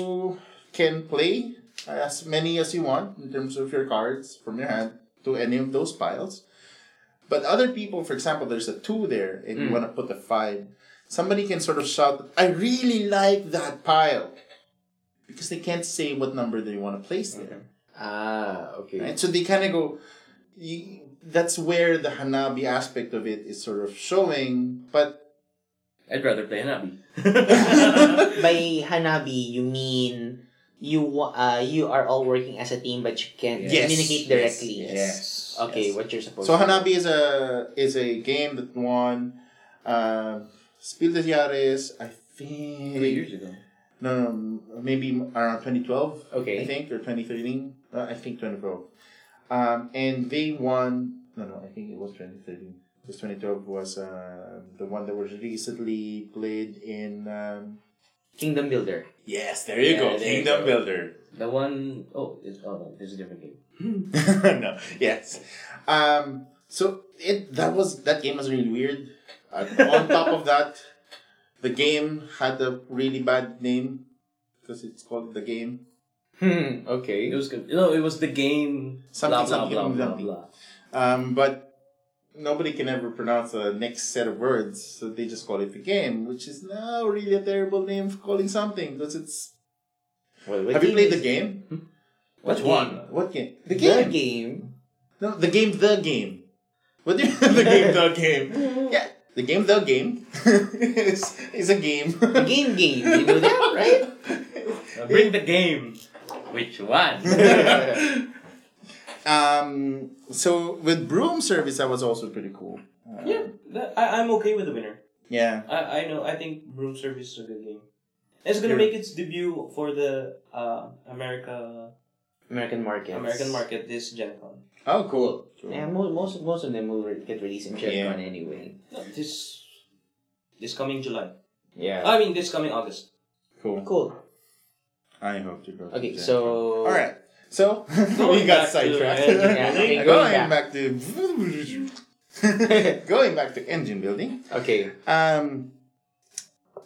[SPEAKER 2] can play as many as you want in terms of your cards from your hand to any of those piles. But other people, for example, there's a two there and you want to put a five. Somebody can sort of shout, I really like that pile. Because they can't say what number they want to place there.
[SPEAKER 3] Ah. Okay.
[SPEAKER 2] Right? So they kind of go. You, that's where the Hanabi aspect of it is sort of showing, but [LAUGHS]
[SPEAKER 1] I'd rather play Hanabi.
[SPEAKER 3] By Hanabi, you mean you wa- uh, you are all working as a team, but you can
[SPEAKER 1] Yes.
[SPEAKER 3] communicate directly.
[SPEAKER 1] yes.
[SPEAKER 3] Okay,
[SPEAKER 2] Yes.
[SPEAKER 3] what you're supposed.
[SPEAKER 2] so
[SPEAKER 3] to
[SPEAKER 2] Hanabi is a is a game that won um Spiel des Jahres, I
[SPEAKER 1] Three
[SPEAKER 2] think.
[SPEAKER 1] years ago.
[SPEAKER 2] No, no, maybe around 2012,
[SPEAKER 3] Okay.
[SPEAKER 2] I think, or 2013. Uh, I think 2012. Um, and they won. No, no, I think it was 2013. Because 2012 was uh, the one that was recently played in. Um,
[SPEAKER 3] Kingdom
[SPEAKER 1] [LAUGHS]
[SPEAKER 3] Builder.
[SPEAKER 2] yes, there you
[SPEAKER 3] Yeah,
[SPEAKER 2] go,
[SPEAKER 3] there you
[SPEAKER 2] Kingdom
[SPEAKER 3] go.
[SPEAKER 2] Builder. [LAUGHS]
[SPEAKER 1] The one oh it's oh no, there's a different game.
[SPEAKER 2] no. Yes. Um. So it that was that game was really weird. Uh, on top of that, the game had a really bad name because it's called the game.
[SPEAKER 3] Hmm.
[SPEAKER 1] It
[SPEAKER 3] Okay.
[SPEAKER 1] was good. No, it was the game.
[SPEAKER 2] Something,
[SPEAKER 1] blah blah
[SPEAKER 2] something,
[SPEAKER 1] blah blah
[SPEAKER 2] something.
[SPEAKER 1] blah.
[SPEAKER 2] Um. But nobody can ever pronounce the next set of words, so they just call it the game, which is now really a terrible name for calling something because it's.
[SPEAKER 3] Well,
[SPEAKER 2] Have you played the game?
[SPEAKER 1] Which
[SPEAKER 3] game?
[SPEAKER 1] one?
[SPEAKER 2] What game? The
[SPEAKER 3] The
[SPEAKER 2] game.
[SPEAKER 3] game.
[SPEAKER 2] No, the game. The game. What do you? the game. The game. Yeah, the game The Game [LAUGHS] is, is a game.
[SPEAKER 3] The game game. You know
[SPEAKER 2] [LAUGHS]
[SPEAKER 3] that, right?
[SPEAKER 1] Uh, bring the game. Which
[SPEAKER 2] [LAUGHS]
[SPEAKER 1] one?
[SPEAKER 2] um, so with Broom Service, that was also pretty cool. Uh,
[SPEAKER 1] Yeah, that, I, I'm okay with the winner.
[SPEAKER 2] Yeah.
[SPEAKER 1] I, I know. I think Broom Service is a good game. It's gonna
[SPEAKER 2] Sure.
[SPEAKER 1] make its debut for the uh, America
[SPEAKER 3] American market.
[SPEAKER 1] American market this Gen Con.
[SPEAKER 2] Oh, cool.
[SPEAKER 3] Yeah, most most, most of them will re- get released in Gen
[SPEAKER 2] Yeah.
[SPEAKER 3] Con anyway.
[SPEAKER 1] No, this this coming July.
[SPEAKER 3] Yeah.
[SPEAKER 1] I mean, this coming August.
[SPEAKER 2] Cool.
[SPEAKER 3] Uh, cool.
[SPEAKER 2] I hope to go. to
[SPEAKER 3] Okay,
[SPEAKER 2] Gen
[SPEAKER 3] so
[SPEAKER 2] Con. All right. So [LAUGHS] we
[SPEAKER 1] Going
[SPEAKER 2] got
[SPEAKER 1] back to
[SPEAKER 2] sidetracked. [LAUGHS]
[SPEAKER 1] engine
[SPEAKER 3] Yeah,
[SPEAKER 1] building.
[SPEAKER 3] okay,
[SPEAKER 2] going
[SPEAKER 3] going
[SPEAKER 2] back to [LAUGHS] going back to engine building.
[SPEAKER 3] Okay.
[SPEAKER 2] Um,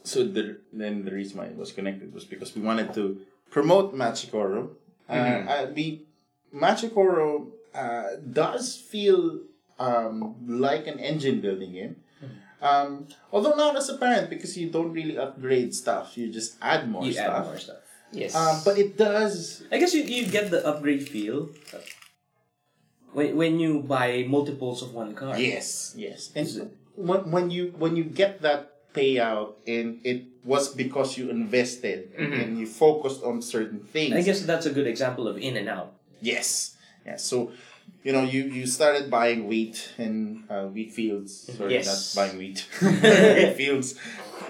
[SPEAKER 2] so the then the reason why it was connected was because we wanted to promote Machikoro. Uh,
[SPEAKER 1] Mm-hmm.
[SPEAKER 3] Mhm.
[SPEAKER 2] uh, we Machikoro uh, does feel um, like an engine building game.
[SPEAKER 1] Mm-hmm.
[SPEAKER 2] Um, although not as apparent because you don't really upgrade stuff, you just add more
[SPEAKER 1] You
[SPEAKER 2] stuff.
[SPEAKER 1] add more stuff.
[SPEAKER 3] Yes.
[SPEAKER 2] Um, but it does.
[SPEAKER 1] I guess you, you get the upgrade feel when, when you buy multiples of one car.
[SPEAKER 2] Yes, yes. And when, when you when you get that payout, and it was because you invested
[SPEAKER 1] Mm-hmm.
[SPEAKER 2] and you focused on certain things.
[SPEAKER 1] I guess that's a good example of in and out.
[SPEAKER 2] Yes. Yes. So, you know, you, you started buying wheat in uh, wheat fields. Sorry,
[SPEAKER 3] Yes.
[SPEAKER 2] not buying
[SPEAKER 3] [LAUGHS]
[SPEAKER 2] wheat. wheat fields.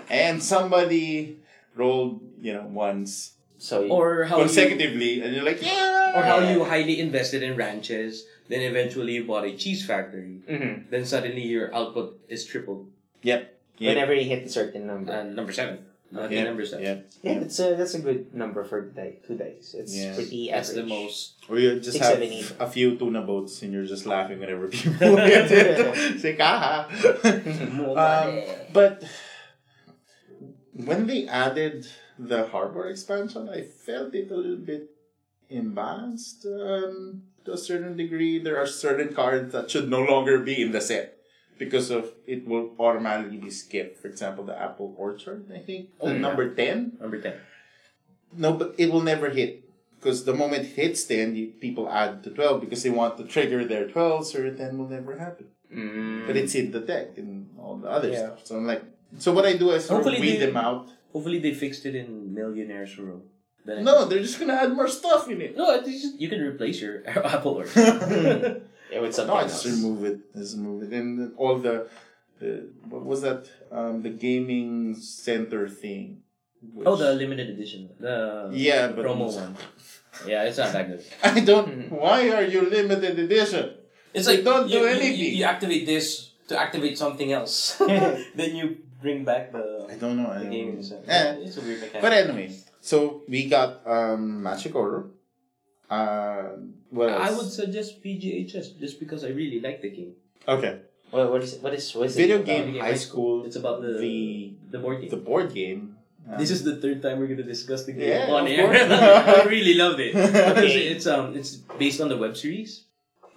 [SPEAKER 2] And somebody rolled, you know, once
[SPEAKER 3] so
[SPEAKER 1] Or
[SPEAKER 3] Oh,
[SPEAKER 1] how you,
[SPEAKER 2] consecutively, and you're like, yeah.
[SPEAKER 1] or how you highly invested in ranches, then eventually you bought a cheese factory,
[SPEAKER 3] Mhm.
[SPEAKER 1] then suddenly your output is tripled.
[SPEAKER 2] Yep. Yep.
[SPEAKER 3] whenever you hit a certain number.
[SPEAKER 1] And Uh, number seven. Lucky
[SPEAKER 2] Yep.
[SPEAKER 1] number seven.
[SPEAKER 2] Yep.
[SPEAKER 3] yeah, that's a that's a good number for die, two dice. It's
[SPEAKER 2] Yeah.
[SPEAKER 3] pretty
[SPEAKER 1] That's
[SPEAKER 3] average.
[SPEAKER 1] the most.
[SPEAKER 2] Or you just
[SPEAKER 3] Six,
[SPEAKER 2] have
[SPEAKER 3] seven, eight.
[SPEAKER 2] a few tuna boats and you're just laughing whenever people [LAUGHS] get
[SPEAKER 3] [LAUGHS]
[SPEAKER 2] it. It's like, "Ah." [LAUGHS] haha.
[SPEAKER 1] More
[SPEAKER 2] Um,
[SPEAKER 1] money.
[SPEAKER 2] but when they added the harbor expansion, I felt it a little bit imbalanced um, to a certain degree. There are certain cards that should no longer be in the set because of it will automatically be skipped. For example, the apple orchard, I think, the
[SPEAKER 1] yeah.
[SPEAKER 2] number ten.
[SPEAKER 1] Number 10.
[SPEAKER 2] No, but it will never hit. Because the moment it hits 10, you, people add to 12 because they want to trigger their 12, so 10 will never happen
[SPEAKER 3] Mm.
[SPEAKER 2] but it's in the deck and all the other
[SPEAKER 3] Yeah.
[SPEAKER 2] stuff. So I'm like, so what I do is sort
[SPEAKER 1] Hopefully
[SPEAKER 2] of weed
[SPEAKER 1] they-
[SPEAKER 2] them out.
[SPEAKER 1] Hopefully they fixed it in Millionaire's Row. Then I-
[SPEAKER 2] No, they're just gonna add more stuff in it.
[SPEAKER 1] No, it's just, you can replace your [LAUGHS] Apple Orchard.
[SPEAKER 3] yeah, with something
[SPEAKER 2] No, I
[SPEAKER 3] else.
[SPEAKER 2] just remove it. Just remove it, and then all the, the what was that? Um, the gaming center thing. which-
[SPEAKER 1] oh, the limited edition. The
[SPEAKER 2] yeah, but
[SPEAKER 1] promo one. Yeah, it's not that good.
[SPEAKER 2] [LAUGHS] I don't.
[SPEAKER 1] Mm-hmm.
[SPEAKER 3] Mhm.
[SPEAKER 2] Why are you limited edition?
[SPEAKER 1] It's
[SPEAKER 2] They don't do anything.
[SPEAKER 1] You, you activate this to activate something else.
[SPEAKER 2] [LAUGHS]
[SPEAKER 1] [LAUGHS] then you bring back
[SPEAKER 2] I
[SPEAKER 1] the,
[SPEAKER 2] don't know. I
[SPEAKER 1] the
[SPEAKER 2] don't
[SPEAKER 1] game
[SPEAKER 2] know.
[SPEAKER 1] itself.
[SPEAKER 2] Eh.
[SPEAKER 1] It's a weird mechanic.
[SPEAKER 2] But anyway, so we got um, Magic Order. Uh, what else?
[SPEAKER 1] I would suggest PGHS just because I really like the game.
[SPEAKER 2] okay.
[SPEAKER 3] What, what is what is what is it
[SPEAKER 2] Video
[SPEAKER 3] about?
[SPEAKER 2] game
[SPEAKER 1] Video game
[SPEAKER 2] high
[SPEAKER 1] high
[SPEAKER 2] school.
[SPEAKER 1] It's about the
[SPEAKER 2] the
[SPEAKER 1] the board game.
[SPEAKER 2] the board game. Um,
[SPEAKER 1] this is the third time we're gonna discuss the game
[SPEAKER 2] Yeah,
[SPEAKER 1] on
[SPEAKER 2] of
[SPEAKER 1] air.
[SPEAKER 2] course.
[SPEAKER 1] [LAUGHS] I really loved it. Because
[SPEAKER 3] Okay.
[SPEAKER 1] it's um it's based on the web series,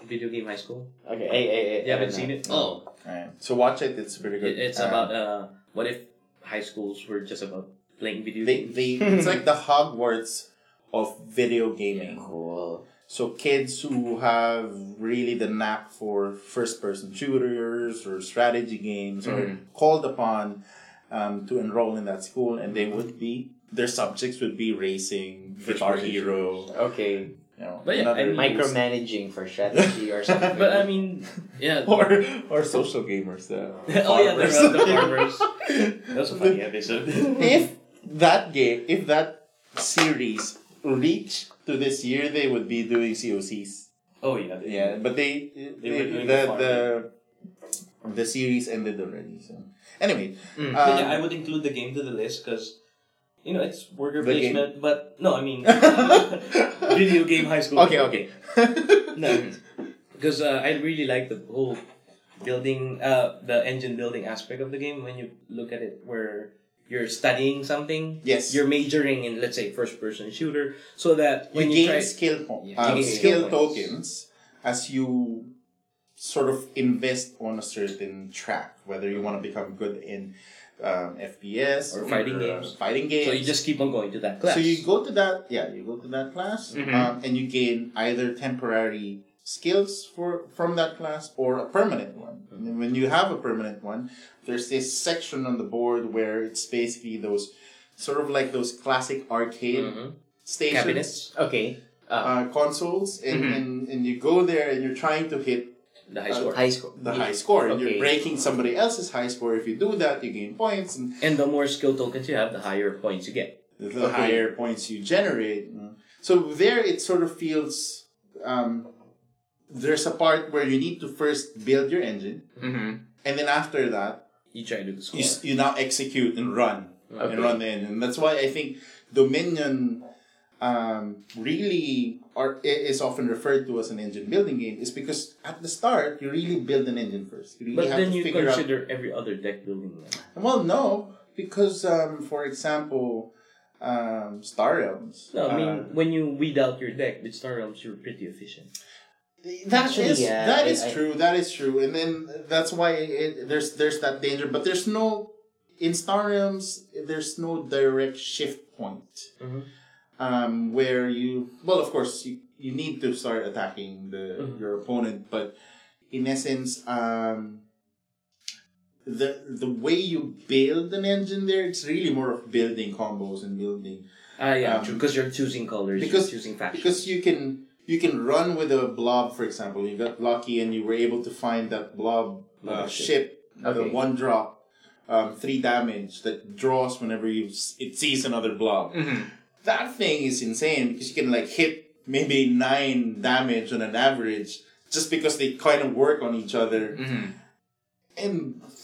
[SPEAKER 1] video game high school.
[SPEAKER 3] Okay, hey, hey, hey,
[SPEAKER 1] You haven't seen it? Oh,
[SPEAKER 2] Alright, So watch it. It's very good.
[SPEAKER 1] It- It's
[SPEAKER 2] Um,
[SPEAKER 1] about uh, what if high schools were just about playing video
[SPEAKER 2] they,
[SPEAKER 1] games? [LAUGHS]
[SPEAKER 2] they it's like the Hogwarts of video gaming.
[SPEAKER 3] Cool.
[SPEAKER 2] So kids who have really the knack for first person shooters or strategy games are
[SPEAKER 1] Mm-hmm.
[SPEAKER 2] called upon um, to enroll in that school, and they would be their subjects would be racing, guitar
[SPEAKER 1] First-person
[SPEAKER 2] hero,
[SPEAKER 3] Okay.
[SPEAKER 2] you know,
[SPEAKER 1] But yeah,
[SPEAKER 2] another-
[SPEAKER 1] I mean-
[SPEAKER 3] Micromanaging for strategy
[SPEAKER 1] [LAUGHS]
[SPEAKER 3] or something.
[SPEAKER 1] But I mean, [LAUGHS] yeah.
[SPEAKER 2] [LAUGHS] or or social gamers. The
[SPEAKER 1] [LAUGHS] oh yeah,
[SPEAKER 2] farmers.
[SPEAKER 1] they're [LAUGHS] the farmers. That was a funny episode.
[SPEAKER 2] if that game, if that series reached to this year, they would be doing COCs.
[SPEAKER 1] [LAUGHS] Oh yeah. they-
[SPEAKER 2] Yeah, but they,
[SPEAKER 1] They
[SPEAKER 2] they-
[SPEAKER 1] were doing
[SPEAKER 2] the,
[SPEAKER 1] the farm.
[SPEAKER 2] the the series ended already. So anyway,
[SPEAKER 3] Mm.
[SPEAKER 1] But yeah, I
[SPEAKER 2] um,
[SPEAKER 1] would include the game to the list because, you know, it's worker
[SPEAKER 2] The game.
[SPEAKER 1] placement. But no, I
[SPEAKER 2] [LAUGHS]
[SPEAKER 1] mean, video game high school.
[SPEAKER 2] okay, okay.
[SPEAKER 1] No, because uh, I really like the whole building, uh, the engine building aspect of the game. When you look at it, where you're studying something,
[SPEAKER 2] Yes.
[SPEAKER 1] you're majoring in, let's say, first person shooter, so that
[SPEAKER 2] You
[SPEAKER 1] when you,
[SPEAKER 2] gain
[SPEAKER 1] try,
[SPEAKER 2] skill po-
[SPEAKER 1] Yeah,
[SPEAKER 2] um,
[SPEAKER 1] you gain
[SPEAKER 2] skill
[SPEAKER 1] skill points.
[SPEAKER 2] tokens as you sort of invest on a certain track, whether you want to become good in um, FPS
[SPEAKER 1] Or fighting
[SPEAKER 2] uh,
[SPEAKER 1] games.
[SPEAKER 2] fighting games.
[SPEAKER 1] so you just keep on going to that class.
[SPEAKER 2] So you go to that, yeah, you go to that class,
[SPEAKER 3] Mhm.
[SPEAKER 2] um, and you gain either temporary skills for from that class or a permanent one. And when you have a permanent one, there's this section on the board where it's basically those sort of like those classic arcade
[SPEAKER 1] Mhm.
[SPEAKER 2] stations,
[SPEAKER 1] cabinets.
[SPEAKER 3] okay.
[SPEAKER 2] uh, consoles, and,
[SPEAKER 3] Mhm.
[SPEAKER 2] and and you go there and you're trying to hit
[SPEAKER 1] the high
[SPEAKER 2] Uh,
[SPEAKER 1] score.
[SPEAKER 3] High score.
[SPEAKER 2] the high score. And
[SPEAKER 3] Okay.
[SPEAKER 2] You're breaking somebody else's high score. If you do that, you gain points, and
[SPEAKER 1] And the more skill tokens you have, the higher points you get.
[SPEAKER 2] the
[SPEAKER 3] Okay.
[SPEAKER 2] higher points you generate. So there, it sort of feels um, there's a part where you need to first build your engine,
[SPEAKER 3] Mm-hmm.
[SPEAKER 2] and then after that,
[SPEAKER 1] You try to score.
[SPEAKER 2] you, s- you now execute and run
[SPEAKER 1] Okay.
[SPEAKER 2] and run the engine. That's why I think Dominion um, really are, i- is often referred to as an engine building game is because at the start you really build an engine first. You really
[SPEAKER 1] But
[SPEAKER 2] have
[SPEAKER 1] then
[SPEAKER 2] to
[SPEAKER 1] you
[SPEAKER 2] figure out
[SPEAKER 1] consider every other deck building.
[SPEAKER 2] Well, no, because um, for example, um, Star Realms.
[SPEAKER 1] No, I mean
[SPEAKER 2] uh,
[SPEAKER 1] when you weed out your deck with Star Realms, you're pretty efficient.
[SPEAKER 2] that
[SPEAKER 3] Actually,
[SPEAKER 2] is-
[SPEAKER 3] yeah,
[SPEAKER 2] that
[SPEAKER 3] I-
[SPEAKER 2] is
[SPEAKER 3] I-
[SPEAKER 2] true. That is true, and then that's why it, there's there's that danger. But there's no in Star Realms. There's no direct shift point
[SPEAKER 3] Mm-hmm.
[SPEAKER 1] Mhm.
[SPEAKER 2] um, where you. Well, of course, you, you need to start attacking the
[SPEAKER 3] Mm-hmm.
[SPEAKER 1] Mhm.
[SPEAKER 2] your opponent, but in essence, um, the the way you build an engine there, it's really more of building combos and building
[SPEAKER 1] Ah, yeah,
[SPEAKER 2] Um,
[SPEAKER 1] true. Because you're choosing colors,
[SPEAKER 2] because-
[SPEAKER 1] you're choosing factions.
[SPEAKER 2] Because you can you can run with a blob, for example. You got lucky and you were able to find that blob uh,
[SPEAKER 1] Mothership.
[SPEAKER 2] ship, the
[SPEAKER 3] Okay.
[SPEAKER 2] one drop, um, three damage that draws whenever you s- it sees another blob.
[SPEAKER 3] Mm-hmm.
[SPEAKER 2] That thing is insane because you can like hit maybe nine damage on an average just because they kind of work on each other.
[SPEAKER 3] Mm-hmm.
[SPEAKER 2] And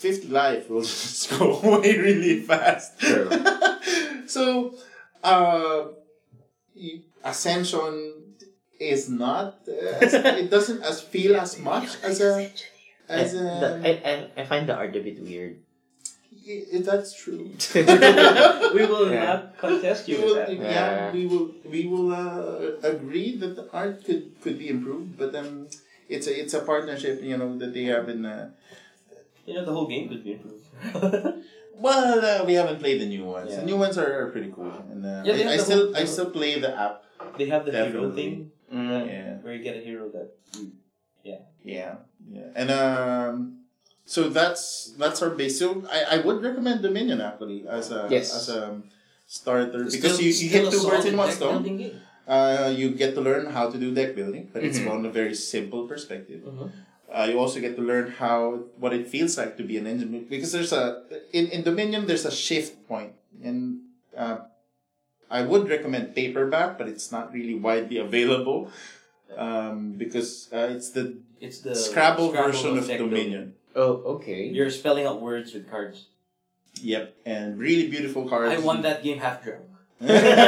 [SPEAKER 2] fifty life will [LAUGHS] just go away really fast.
[SPEAKER 1] True.
[SPEAKER 2] so, uh, you- Ascension is not. Uh,
[SPEAKER 1] [LAUGHS]
[SPEAKER 2] as- it doesn't as feel as much as a as
[SPEAKER 3] I,
[SPEAKER 1] eh.
[SPEAKER 2] a.
[SPEAKER 3] the, I, I, I find the art a bit
[SPEAKER 1] [LAUGHS]
[SPEAKER 3] weird.
[SPEAKER 2] Yeah, that's true.
[SPEAKER 1] [LAUGHS] we will
[SPEAKER 3] Yeah.
[SPEAKER 1] not contest
[SPEAKER 2] We
[SPEAKER 1] you
[SPEAKER 2] will,
[SPEAKER 1] with that.
[SPEAKER 2] yeah,
[SPEAKER 3] Yeah.
[SPEAKER 2] we will we will uh, agree that the art could could be improved, but um, it's a it's a partnership you know that they have in. Uh,
[SPEAKER 1] You know, the whole game could be improved. [LAUGHS]
[SPEAKER 2] well, uh, we haven't played the new ones.
[SPEAKER 1] Yeah.
[SPEAKER 2] The new ones are, are pretty cool, and uh,
[SPEAKER 1] Yeah, they
[SPEAKER 2] I, I
[SPEAKER 1] have the
[SPEAKER 2] still
[SPEAKER 1] whole-
[SPEAKER 2] I still play the app.
[SPEAKER 1] they have the hero
[SPEAKER 2] Definitely.
[SPEAKER 1] thing,
[SPEAKER 3] Mm,
[SPEAKER 2] Yeah.
[SPEAKER 1] where you get a hero that. You,
[SPEAKER 2] Yeah, yeah, and um, so that's that's our base. So I, I would recommend Dominion actually as a
[SPEAKER 3] Yes.
[SPEAKER 2] as a um, starter because you, you hit two birds in one stone. Uh, you get to learn how to do deck building, but it's
[SPEAKER 3] Mhm.
[SPEAKER 2] from a very simple perspective.
[SPEAKER 1] Mhm.
[SPEAKER 2] Uh, you also get to learn how what it feels like to be an engine builder because there's a in, in Dominion there's a shift point and. Uh, I would recommend paperback, but it's not really widely available um, because uh, it's the
[SPEAKER 1] It's the
[SPEAKER 2] Scrabble, version of
[SPEAKER 1] deck
[SPEAKER 2] Dominion.
[SPEAKER 3] Oh,
[SPEAKER 1] building.
[SPEAKER 3] okay.
[SPEAKER 1] You're spelling out words with cards.
[SPEAKER 2] Yep, and really beautiful cards.
[SPEAKER 1] I
[SPEAKER 2] [LAUGHS]
[SPEAKER 1] won that game half drunk.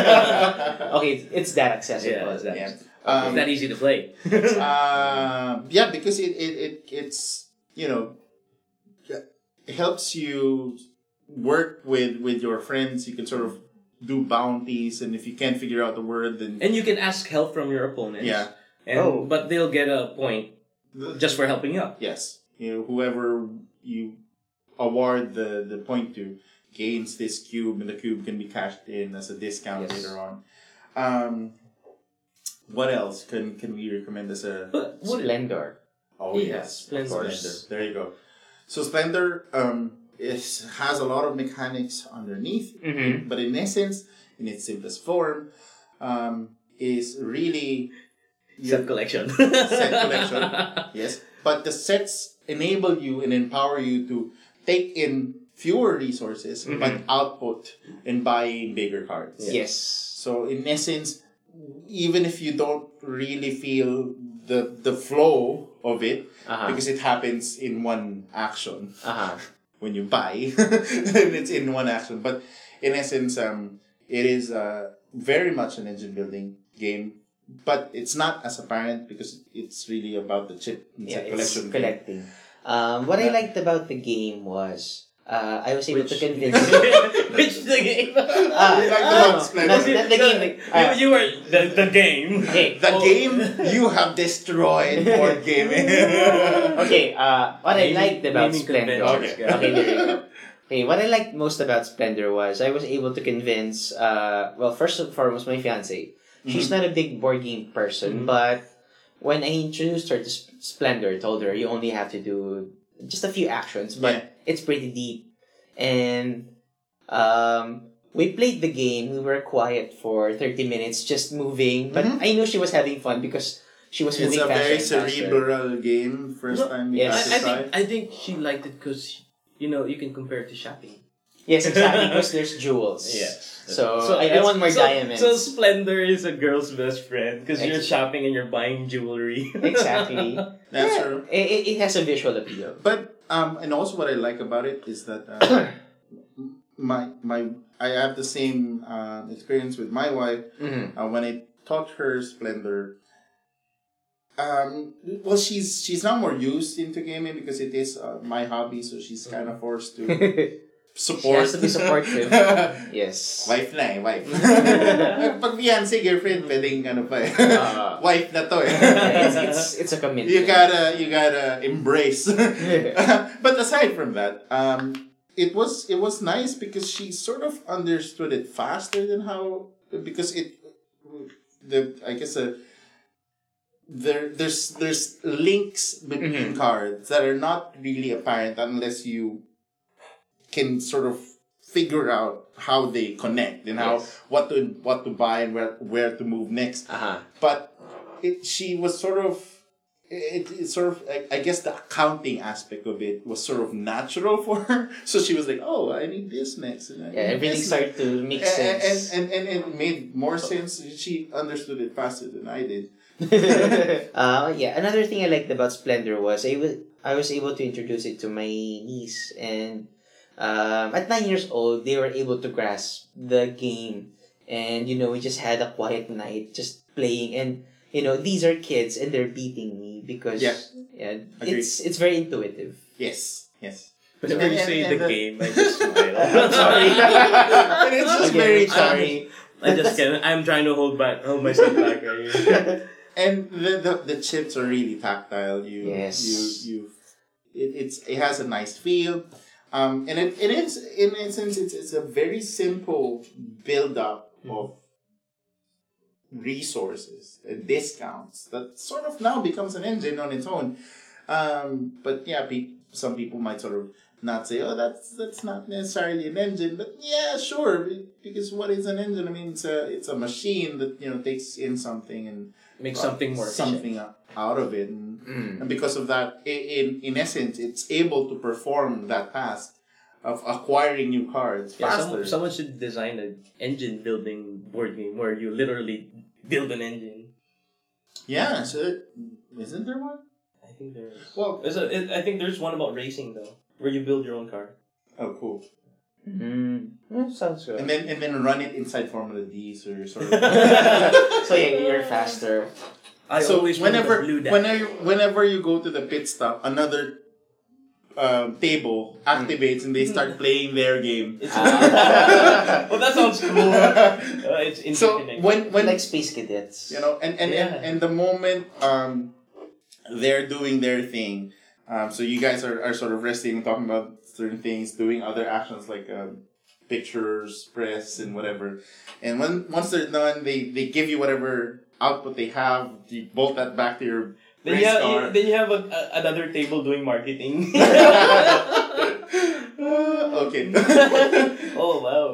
[SPEAKER 2] yeah.
[SPEAKER 3] Okay, it's, it's that accessible.
[SPEAKER 1] Yeah, it's that-
[SPEAKER 2] Um,
[SPEAKER 1] it's that easy to play.
[SPEAKER 2] uh, yeah, because it, it, it it's you know it helps you work with with your friends. You can sort of do bounties, and if you can't figure out the word, then
[SPEAKER 1] And you can ask help from your opponents.
[SPEAKER 2] Yeah.
[SPEAKER 1] And,
[SPEAKER 3] Oh.
[SPEAKER 1] But they'll get a point just for helping you out.
[SPEAKER 2] yes, you know whoever you award the the point to gains this cube, and the cube can be cashed in as a discount
[SPEAKER 1] Yes.
[SPEAKER 2] later on. Um, what else can can we recommend as a
[SPEAKER 1] But would it?
[SPEAKER 3] Splendor.
[SPEAKER 2] Oh
[SPEAKER 1] Yeah,
[SPEAKER 2] yes,
[SPEAKER 1] Splendor.
[SPEAKER 2] of course. Splendor. There you go. So Splendor um, is, has a lot of mechanics underneath,
[SPEAKER 3] Mm-hmm.
[SPEAKER 2] but in essence, in its simplest form, um, is really
[SPEAKER 1] Set collection.
[SPEAKER 2] set collection. Yes, but the sets enable you and empower you to take in fewer resources but output and buying bigger cards.
[SPEAKER 3] [LAUGHS] Yes.
[SPEAKER 2] So in essence, even if you don't really feel the the flow of it,
[SPEAKER 3] Uh huh.
[SPEAKER 2] because it happens in one action
[SPEAKER 3] Uh huh.
[SPEAKER 2] when you buy [LAUGHS] then it's in one action but in essence um, it is uh, very much an engine building game but it's not as apparent because it's really about the chip and
[SPEAKER 3] Yeah,
[SPEAKER 2] chip
[SPEAKER 3] it's
[SPEAKER 2] collection
[SPEAKER 3] collecting. Um, what I
[SPEAKER 2] Yeah.
[SPEAKER 3] liked about the game was uh, I was able
[SPEAKER 1] Which-
[SPEAKER 3] to
[SPEAKER 1] [LAUGHS]
[SPEAKER 3] convince.
[SPEAKER 4] [LAUGHS]
[SPEAKER 1] Which the game?
[SPEAKER 3] [LAUGHS] Ah,
[SPEAKER 2] You like the
[SPEAKER 3] no,
[SPEAKER 2] one
[SPEAKER 3] no,
[SPEAKER 2] Splendor.
[SPEAKER 3] not- not the game. like, uh,
[SPEAKER 1] you, you were the, the
[SPEAKER 4] [LAUGHS]
[SPEAKER 1] game.
[SPEAKER 3] Hey,
[SPEAKER 2] the
[SPEAKER 1] Oh. [LAUGHS]
[SPEAKER 2] game you have destroyed board gaming
[SPEAKER 3] okay, uh, what I
[SPEAKER 1] Naming-
[SPEAKER 3] liked about
[SPEAKER 1] naming
[SPEAKER 3] Splendor.
[SPEAKER 1] conventions,
[SPEAKER 2] Okay.
[SPEAKER 1] guys.
[SPEAKER 3] Okay, there you go. Okay, what I liked most about Splendor was I was able to convince, uh, well, first and foremost, my fiance. She's
[SPEAKER 2] Mm-hmm.
[SPEAKER 3] not a big board game person,
[SPEAKER 1] Mhm.
[SPEAKER 3] but when I introduced her to Sp- Splendor, I told her you only have to do just a few actions, but
[SPEAKER 2] Yeah.
[SPEAKER 3] it's pretty deep. And um, we played the game, we were quiet for 30 minutes, just moving, but
[SPEAKER 2] Mhm.
[SPEAKER 3] I knew she was having fun because she was
[SPEAKER 2] It's a
[SPEAKER 3] moving faster
[SPEAKER 2] very
[SPEAKER 3] and faster.
[SPEAKER 2] cerebral game. First
[SPEAKER 1] No,
[SPEAKER 2] time you
[SPEAKER 3] yes.
[SPEAKER 4] I,
[SPEAKER 2] have
[SPEAKER 4] I
[SPEAKER 2] to try.
[SPEAKER 4] think I think she liked it because you know you can compare it to shopping.
[SPEAKER 3] Yes, exactly. Because
[SPEAKER 2] [LAUGHS]
[SPEAKER 3] there's jewels.
[SPEAKER 1] Yeah.
[SPEAKER 3] So, I, I want more
[SPEAKER 4] so,
[SPEAKER 3] diamonds.
[SPEAKER 4] So splendor is a girl's best friend because you're
[SPEAKER 3] Ex-
[SPEAKER 4] shopping and you're buying
[SPEAKER 1] [LAUGHS]
[SPEAKER 4] jewelry. [LAUGHS]
[SPEAKER 3] exactly. [LAUGHS]
[SPEAKER 2] That's
[SPEAKER 3] Yeah,
[SPEAKER 2] true.
[SPEAKER 3] It, it- it has a visual appeal. [LAUGHS]
[SPEAKER 2] But um, and also what I like about it is that
[SPEAKER 3] [COUGHS]
[SPEAKER 2] uh, my my I have the same uh, experience with my wife
[SPEAKER 3] Mm-hmm.
[SPEAKER 2] uh, when I taught her Splendor. Um, well, she's she's now more used into gaming because it is uh, my hobby, so she's kind of forced to support.
[SPEAKER 3] Mm-hmm. [LAUGHS] She has to be supportive. yes.
[SPEAKER 2] [LAUGHS] wife na eh, wife. Pag fiancé, girlfriend, pwedeng ano pa eh.
[SPEAKER 3] Ah.
[SPEAKER 2] [LAUGHS] wife na to eh.
[SPEAKER 3] Yeah, [LAUGHS] [LAUGHS] it's, it's, it's a commitment.
[SPEAKER 2] you gotta you gotta
[SPEAKER 3] [LAUGHS]
[SPEAKER 2] embrace [LAUGHS] but aside from that um it was it was nice because she sort of understood it faster than how because it the i guess uh, there there's there's links between
[SPEAKER 3] Mm-hmm.
[SPEAKER 2] cards that are not really apparent unless you can sort of figure out how they connect and how
[SPEAKER 3] Yes.
[SPEAKER 2] what to what to buy and where where to move next
[SPEAKER 3] Uh-huh.
[SPEAKER 2] but it, she was sort of it, it sort of I, I guess the accounting aspect of it was sort of natural for her so she was like oh i need this next and I
[SPEAKER 3] Yeah,
[SPEAKER 2] need
[SPEAKER 3] everything
[SPEAKER 2] this
[SPEAKER 3] started to make
[SPEAKER 2] next. and,
[SPEAKER 3] sense.
[SPEAKER 2] and, and, and it made more sense she understood it faster than i did
[SPEAKER 3] [LAUGHS] uh, yeah, another thing I liked about Splendor was I was, I was able to introduce it to my niece, and um, at nine years old, they were able to grasp the game. And, you know, we just had a quiet night just playing. And, you know, these are kids and they're beating me because
[SPEAKER 2] Yeah.
[SPEAKER 3] yeah,
[SPEAKER 2] Agreed.
[SPEAKER 3] it's, it's very intuitive.
[SPEAKER 2] yes yes
[SPEAKER 1] Whenever you say
[SPEAKER 2] And- and
[SPEAKER 1] the
[SPEAKER 2] the-
[SPEAKER 1] game, I
[SPEAKER 4] [LAUGHS]
[SPEAKER 1] just smile.
[SPEAKER 3] I'm sorry.
[SPEAKER 2] And it's just
[SPEAKER 3] Again, um,
[SPEAKER 2] very
[SPEAKER 3] I'm sorry.
[SPEAKER 4] I just can't. I'm trying to hold back, hold myself back.
[SPEAKER 1] [LAUGHS]
[SPEAKER 4] Right?
[SPEAKER 2] and the, the the chips are really tactile. You
[SPEAKER 3] Yes.
[SPEAKER 2] you you it, it's it has a nice feel. Um, and it, it is in essence it's, it's a very simple build up of resources and discounts that sort of now becomes an engine on its own. Um, but yeah, pe- some people might sort of not say, oh, that's that's not necessarily an engine, but yeah, sure, be- because what is an engine? I mean, it's a it's a machine that you know takes in something and
[SPEAKER 1] Make something more efficient.
[SPEAKER 2] something out of it and, and because of that i- in in essence it's able to perform that task of acquiring new cards
[SPEAKER 4] Yeah, some-
[SPEAKER 2] faster
[SPEAKER 4] someone should design an engine building board game where you literally build an engine.
[SPEAKER 2] yeah so that, isn't there one
[SPEAKER 4] I think there's.
[SPEAKER 2] well
[SPEAKER 4] there's a- it- I think there's one about racing though, where you build your own car.
[SPEAKER 2] oh cool
[SPEAKER 3] Mm, mm, sounds good.
[SPEAKER 2] and then and then run it inside formula d so you're sort of [LAUGHS]
[SPEAKER 3] so, yeah, you're faster.
[SPEAKER 4] I
[SPEAKER 2] so
[SPEAKER 4] always
[SPEAKER 2] whenever
[SPEAKER 4] blue deck.
[SPEAKER 2] whenever whenever you go to the pit stop another um, table activates and they start playing their game
[SPEAKER 4] It's-
[SPEAKER 3] Ah.
[SPEAKER 2] [LAUGHS]
[SPEAKER 4] well, that sounds cool. Uh, it's
[SPEAKER 2] so
[SPEAKER 4] interconnected.
[SPEAKER 2] when when
[SPEAKER 3] like space cadets.
[SPEAKER 2] you know and and, and,
[SPEAKER 4] Yeah.
[SPEAKER 2] and the moment um they're doing their thing um so you guys are, are sort of resting talking about certain things doing other actions like um pictures press and whatever and when once they're done they they give you whatever output they have you bolt that back to your
[SPEAKER 4] then,
[SPEAKER 2] race
[SPEAKER 4] you have,
[SPEAKER 2] car [LAUGHS]
[SPEAKER 4] you- then you have a, a, another table doing marketing. [LAUGHS]
[SPEAKER 2] Uh, [LAUGHS] okay [LAUGHS]
[SPEAKER 4] oh wow!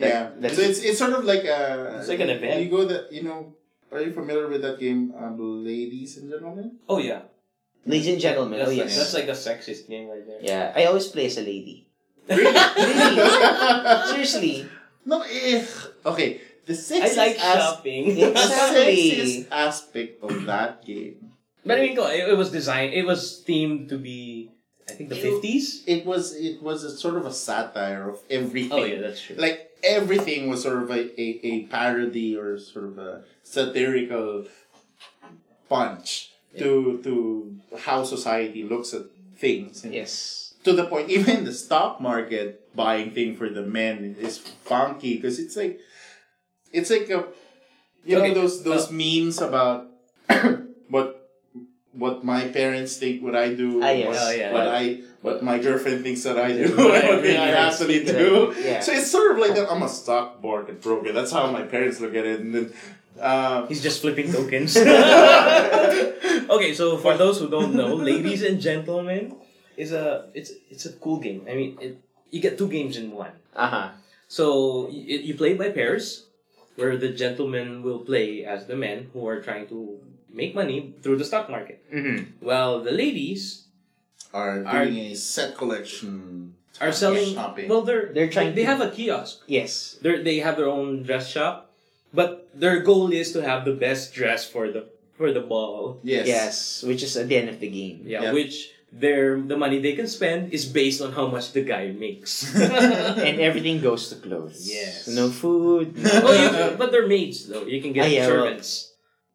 [SPEAKER 2] yeah
[SPEAKER 3] That's-
[SPEAKER 2] so it's, it's sort of like uh
[SPEAKER 4] It's like an event.
[SPEAKER 2] you go the you know are you familiar with that game um, ladies and gentlemen
[SPEAKER 4] Oh yeah,
[SPEAKER 3] Ladies and gentlemen,
[SPEAKER 4] that's,
[SPEAKER 3] oh
[SPEAKER 4] like,
[SPEAKER 3] yes.
[SPEAKER 4] that's like a sexist game right there.
[SPEAKER 3] yeah, I always play as a
[SPEAKER 2] [LAUGHS]
[SPEAKER 3] lady. Seriously.
[SPEAKER 2] No, eh. Okay, the
[SPEAKER 4] I
[SPEAKER 2] sexist,
[SPEAKER 4] like
[SPEAKER 2] as-
[SPEAKER 4] shopping. [LAUGHS]
[SPEAKER 2] the
[SPEAKER 3] Exactly.
[SPEAKER 2] sexist aspect of that game.
[SPEAKER 1] But I mean, go- it, it was designed, it was themed to be, I think, the
[SPEAKER 2] You-
[SPEAKER 1] 50s?
[SPEAKER 2] It was it was a sort of a satire of everything.
[SPEAKER 1] Oh, yeah, that's true.
[SPEAKER 2] Like everything was sort of a, a, a parody or sort of a satirical punch to to how society looks at things. And
[SPEAKER 3] Yes.
[SPEAKER 2] To the point, [LAUGHS] even the stock market buying thing for the men is funky because it's like it's like a you
[SPEAKER 1] Okay, uh,
[SPEAKER 2] know those those memes about [COUGHS] what what my parents think what I do,
[SPEAKER 3] Ah, yes.
[SPEAKER 2] what,
[SPEAKER 1] Oh, yeah,
[SPEAKER 2] what
[SPEAKER 1] yeah.
[SPEAKER 2] I what my girlfriend thinks that I do, [LAUGHS]
[SPEAKER 1] What
[SPEAKER 2] what
[SPEAKER 1] I
[SPEAKER 2] I,
[SPEAKER 1] really
[SPEAKER 2] actually
[SPEAKER 3] think that I
[SPEAKER 2] do.
[SPEAKER 3] do, yeah.
[SPEAKER 2] So it's sort of like that. I'm a stock market broker. That's how my parents look at it, and then. Uh,
[SPEAKER 1] He's just flipping [LAUGHS] tokens.
[SPEAKER 3] Uh-huh.
[SPEAKER 4] Okay, so for those who don't know, ladies and gentlemen, is a it's it's a cool game. I mean, it, you get two games in one.
[SPEAKER 3] Uh huh.
[SPEAKER 4] So you, you play by pairs, where the gentlemen will play as the men who are trying to
[SPEAKER 1] make money through the stock market.
[SPEAKER 4] Mm-hmm.
[SPEAKER 1] While the ladies
[SPEAKER 2] Are
[SPEAKER 1] Are-
[SPEAKER 2] doing a set collection. uh,
[SPEAKER 1] are selling.
[SPEAKER 2] Shopping.
[SPEAKER 1] Well, they're
[SPEAKER 3] They're trying
[SPEAKER 1] They
[SPEAKER 3] to-
[SPEAKER 1] have a kiosk.
[SPEAKER 3] Yes.
[SPEAKER 1] They they have their own dress shop, but their goal is to have the best dress for the for the ball.
[SPEAKER 2] yes. [LAUGHS]
[SPEAKER 1] [LAUGHS]
[SPEAKER 3] Yes, which is at the end of the game.
[SPEAKER 1] Yeah,
[SPEAKER 2] Yeah.
[SPEAKER 1] which their the money they can spend is based on how much the guy
[SPEAKER 2] [LAUGHS]
[SPEAKER 1] makes.
[SPEAKER 3] [LAUGHS] And everything goes to clothes.
[SPEAKER 2] Yes.
[SPEAKER 3] No food. [LAUGHS] No,
[SPEAKER 1] well, you, but they're maids though. You can get
[SPEAKER 3] Ah, yeah, well-
[SPEAKER 1] servants.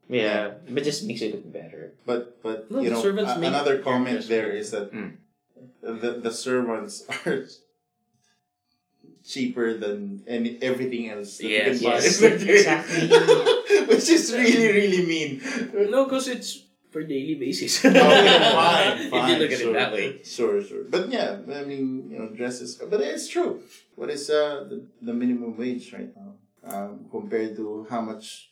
[SPEAKER 3] yeah, but just makes it look better.
[SPEAKER 2] But but
[SPEAKER 1] No,
[SPEAKER 2] you
[SPEAKER 1] the
[SPEAKER 2] know
[SPEAKER 1] servants
[SPEAKER 2] a-
[SPEAKER 1] make
[SPEAKER 2] another
[SPEAKER 1] your
[SPEAKER 2] comment
[SPEAKER 1] dress
[SPEAKER 2] there
[SPEAKER 1] better.
[SPEAKER 2] is that
[SPEAKER 3] Hmm.
[SPEAKER 4] Mm.
[SPEAKER 2] the the servants [LAUGHS] are cheaper than any everything else. That
[SPEAKER 1] Yes,
[SPEAKER 2] you can buy.
[SPEAKER 3] yes, exactly.
[SPEAKER 2] [LAUGHS] Which is really really mean.
[SPEAKER 1] No, because it's for daily
[SPEAKER 2] [LAUGHS]
[SPEAKER 1] basis. [LAUGHS]
[SPEAKER 2] Okay, Oh, fine, fine,
[SPEAKER 1] if you look at
[SPEAKER 2] sure.
[SPEAKER 1] it that way.
[SPEAKER 2] Sure, sure. But yeah, I mean, you know, dresses. But it's true. What is uh, the, the minimum wage right now um, compared to how much,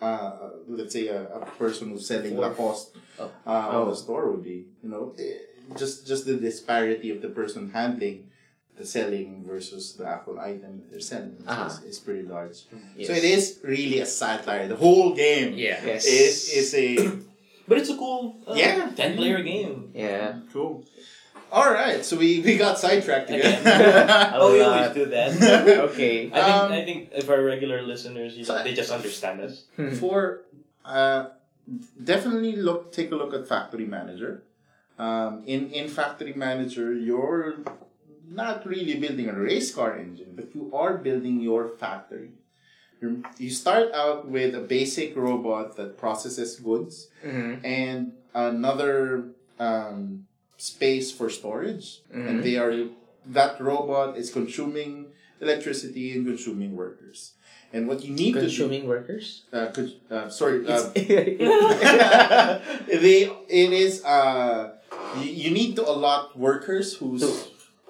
[SPEAKER 2] uh, let's say, a, a person who's selling Lacoste
[SPEAKER 1] Oh.
[SPEAKER 2] uh, on
[SPEAKER 3] Oh.
[SPEAKER 2] the store would be? You know, eh, just just the disparity of the person handling the selling versus the actual item that they're selling is-
[SPEAKER 3] Uh-huh.
[SPEAKER 2] is, pretty large.
[SPEAKER 3] Yes.
[SPEAKER 2] So it is really a satire. The whole game
[SPEAKER 1] Yeah.
[SPEAKER 3] Yes.
[SPEAKER 2] is is a
[SPEAKER 1] But it's a cool uh,
[SPEAKER 2] Yeah.
[SPEAKER 1] 10 player game.
[SPEAKER 3] Yeah.
[SPEAKER 2] Cool. All right, so we, we got sidetracked again.
[SPEAKER 1] we
[SPEAKER 3] Oh, we
[SPEAKER 1] always
[SPEAKER 3] always
[SPEAKER 1] do that.
[SPEAKER 2] [LAUGHS]
[SPEAKER 3] Okay.
[SPEAKER 1] I think,
[SPEAKER 2] Um,
[SPEAKER 1] I think if our regular listeners, you know,
[SPEAKER 2] so-
[SPEAKER 1] they just understand us.
[SPEAKER 2] For uh, definitely look take a look at Factory Manager. Um, in in Factory Manager, you're not really building a race car engine, but you are building your factory. you you start out with a basic robot that processes goods
[SPEAKER 3] Mhm.
[SPEAKER 2] and another um, space for storage, and they are that robot is consuming electricity and consuming workers. And what you need
[SPEAKER 3] Consuming workers.
[SPEAKER 2] to do, uh, cons- uh, sorry, uh,
[SPEAKER 3] to
[SPEAKER 2] [LAUGHS] they it is uh, you, you need to allot workers who's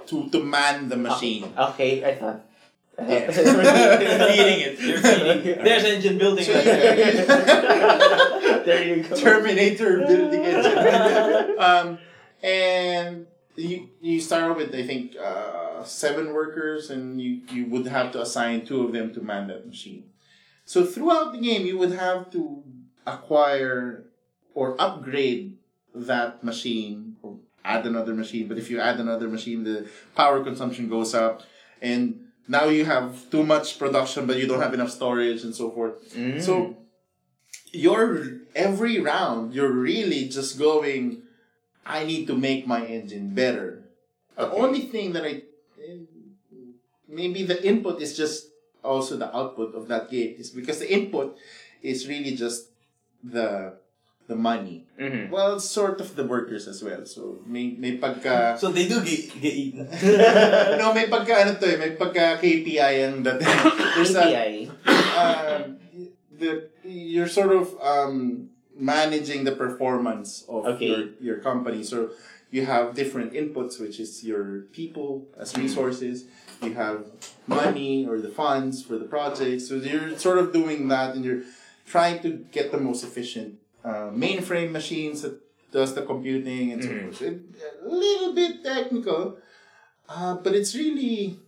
[SPEAKER 2] to to man the machine.
[SPEAKER 3] [LAUGHS] Okay, I
[SPEAKER 2] [LAUGHS]
[SPEAKER 3] thought.
[SPEAKER 1] [LAUGHS]
[SPEAKER 2] Yeah.
[SPEAKER 1] Ah. feeding it. You're feeding it. There's engine building.
[SPEAKER 2] [LAUGHS] So
[SPEAKER 1] right there. [LAUGHS]
[SPEAKER 3] there you go.
[SPEAKER 2] Terminator building engine. um, and you you start off with I think uh, seven workers, and you you would have to assign two of them to man that machine. So throughout the game, you would have to acquire or upgrade that machine, or add another machine. But if you add another machine, the power consumption goes up, and now you have too much production, but you don't have enough storage and so forth.
[SPEAKER 3] Mm-hmm.
[SPEAKER 2] So you're every round you're really just going I need to make my engine better. The only thing that I maybe the input is just also the output of that game is because the input is really just the the money.
[SPEAKER 3] Mhm.
[SPEAKER 2] Well, sort of the workers as well. So may may pagka
[SPEAKER 1] [LAUGHS] so they do get, get eaten.
[SPEAKER 2] no, may pagka ano to eh, may pagka KPI ang dating.
[SPEAKER 3] [LAUGHS]
[SPEAKER 2] There's a-
[SPEAKER 3] API.
[SPEAKER 2] um, the you're sort of um, managing the performance of
[SPEAKER 3] Okay.
[SPEAKER 2] your, your company. So you have different inputs, which is your people as resources. You have money or the funds for the project. So you're sort of doing that, and you're trying to get the most efficient uh, mainframe machines that does the computing and so forth. It, a little bit technical, uh, but it's really.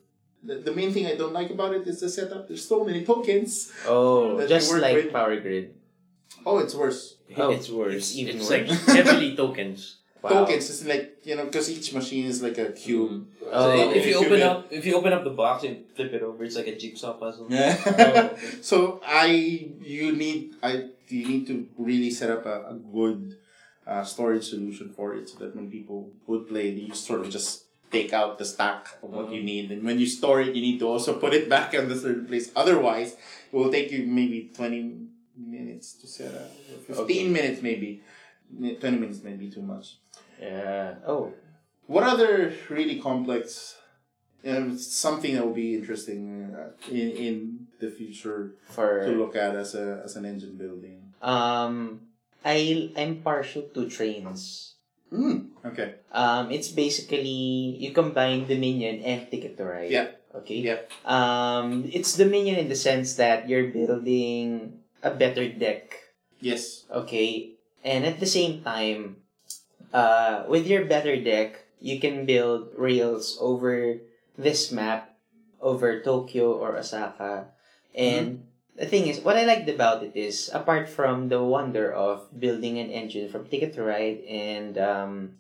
[SPEAKER 2] The, the main thing I don't like about it is the setup. There's so many tokens.
[SPEAKER 3] Oh,
[SPEAKER 2] That
[SPEAKER 3] just
[SPEAKER 2] you work
[SPEAKER 3] like
[SPEAKER 2] with.
[SPEAKER 3] Power Grid.
[SPEAKER 2] Oh, it's worse.
[SPEAKER 3] Oh,
[SPEAKER 1] it's worse.
[SPEAKER 3] it's even
[SPEAKER 1] like
[SPEAKER 3] worse.
[SPEAKER 1] heavily tokens.
[SPEAKER 3] Wow.
[SPEAKER 2] Tokens is like you know because each machine is like a cube.
[SPEAKER 3] [LAUGHS] Oh.
[SPEAKER 1] So if, if you
[SPEAKER 2] Cube
[SPEAKER 1] open
[SPEAKER 2] in.
[SPEAKER 1] up, if you open up the box and flip it over, it's like a jigsaw puzzle.
[SPEAKER 2] Yeah. [LAUGHS] so I you need I you need to really set up a, a good uh, storage solution for it so that when people would play, you sort of just take out the stack of what you need, and when you store it, you need to also put it back in the certain place. Otherwise, it will take you maybe twenty minutes to set up, fifteen minutes maybe, twenty minutes may be too much.
[SPEAKER 3] Yeah. Oh.
[SPEAKER 2] What other really complex, um, something that will be interesting uh, in, in the future to
[SPEAKER 3] For
[SPEAKER 2] look at as, a, as an engine building?
[SPEAKER 3] um, I I'm partial to trains.
[SPEAKER 2] Mm. Okay.
[SPEAKER 3] Um, it's basically you combine Dominion and Ticket to Ride.
[SPEAKER 2] Yeah.
[SPEAKER 3] Okay.
[SPEAKER 2] Yeah.
[SPEAKER 3] Um, it's Dominion in the sense that you're building a better deck.
[SPEAKER 2] Yes.
[SPEAKER 3] Okay. And at the same time, uh, with your better deck, you can build rails over this map, over Tokyo or Osaka, and
[SPEAKER 2] Mm-hmm.
[SPEAKER 3] the thing is, what I liked about it is, apart from the wonder of building an engine from Ticket to Ride and um,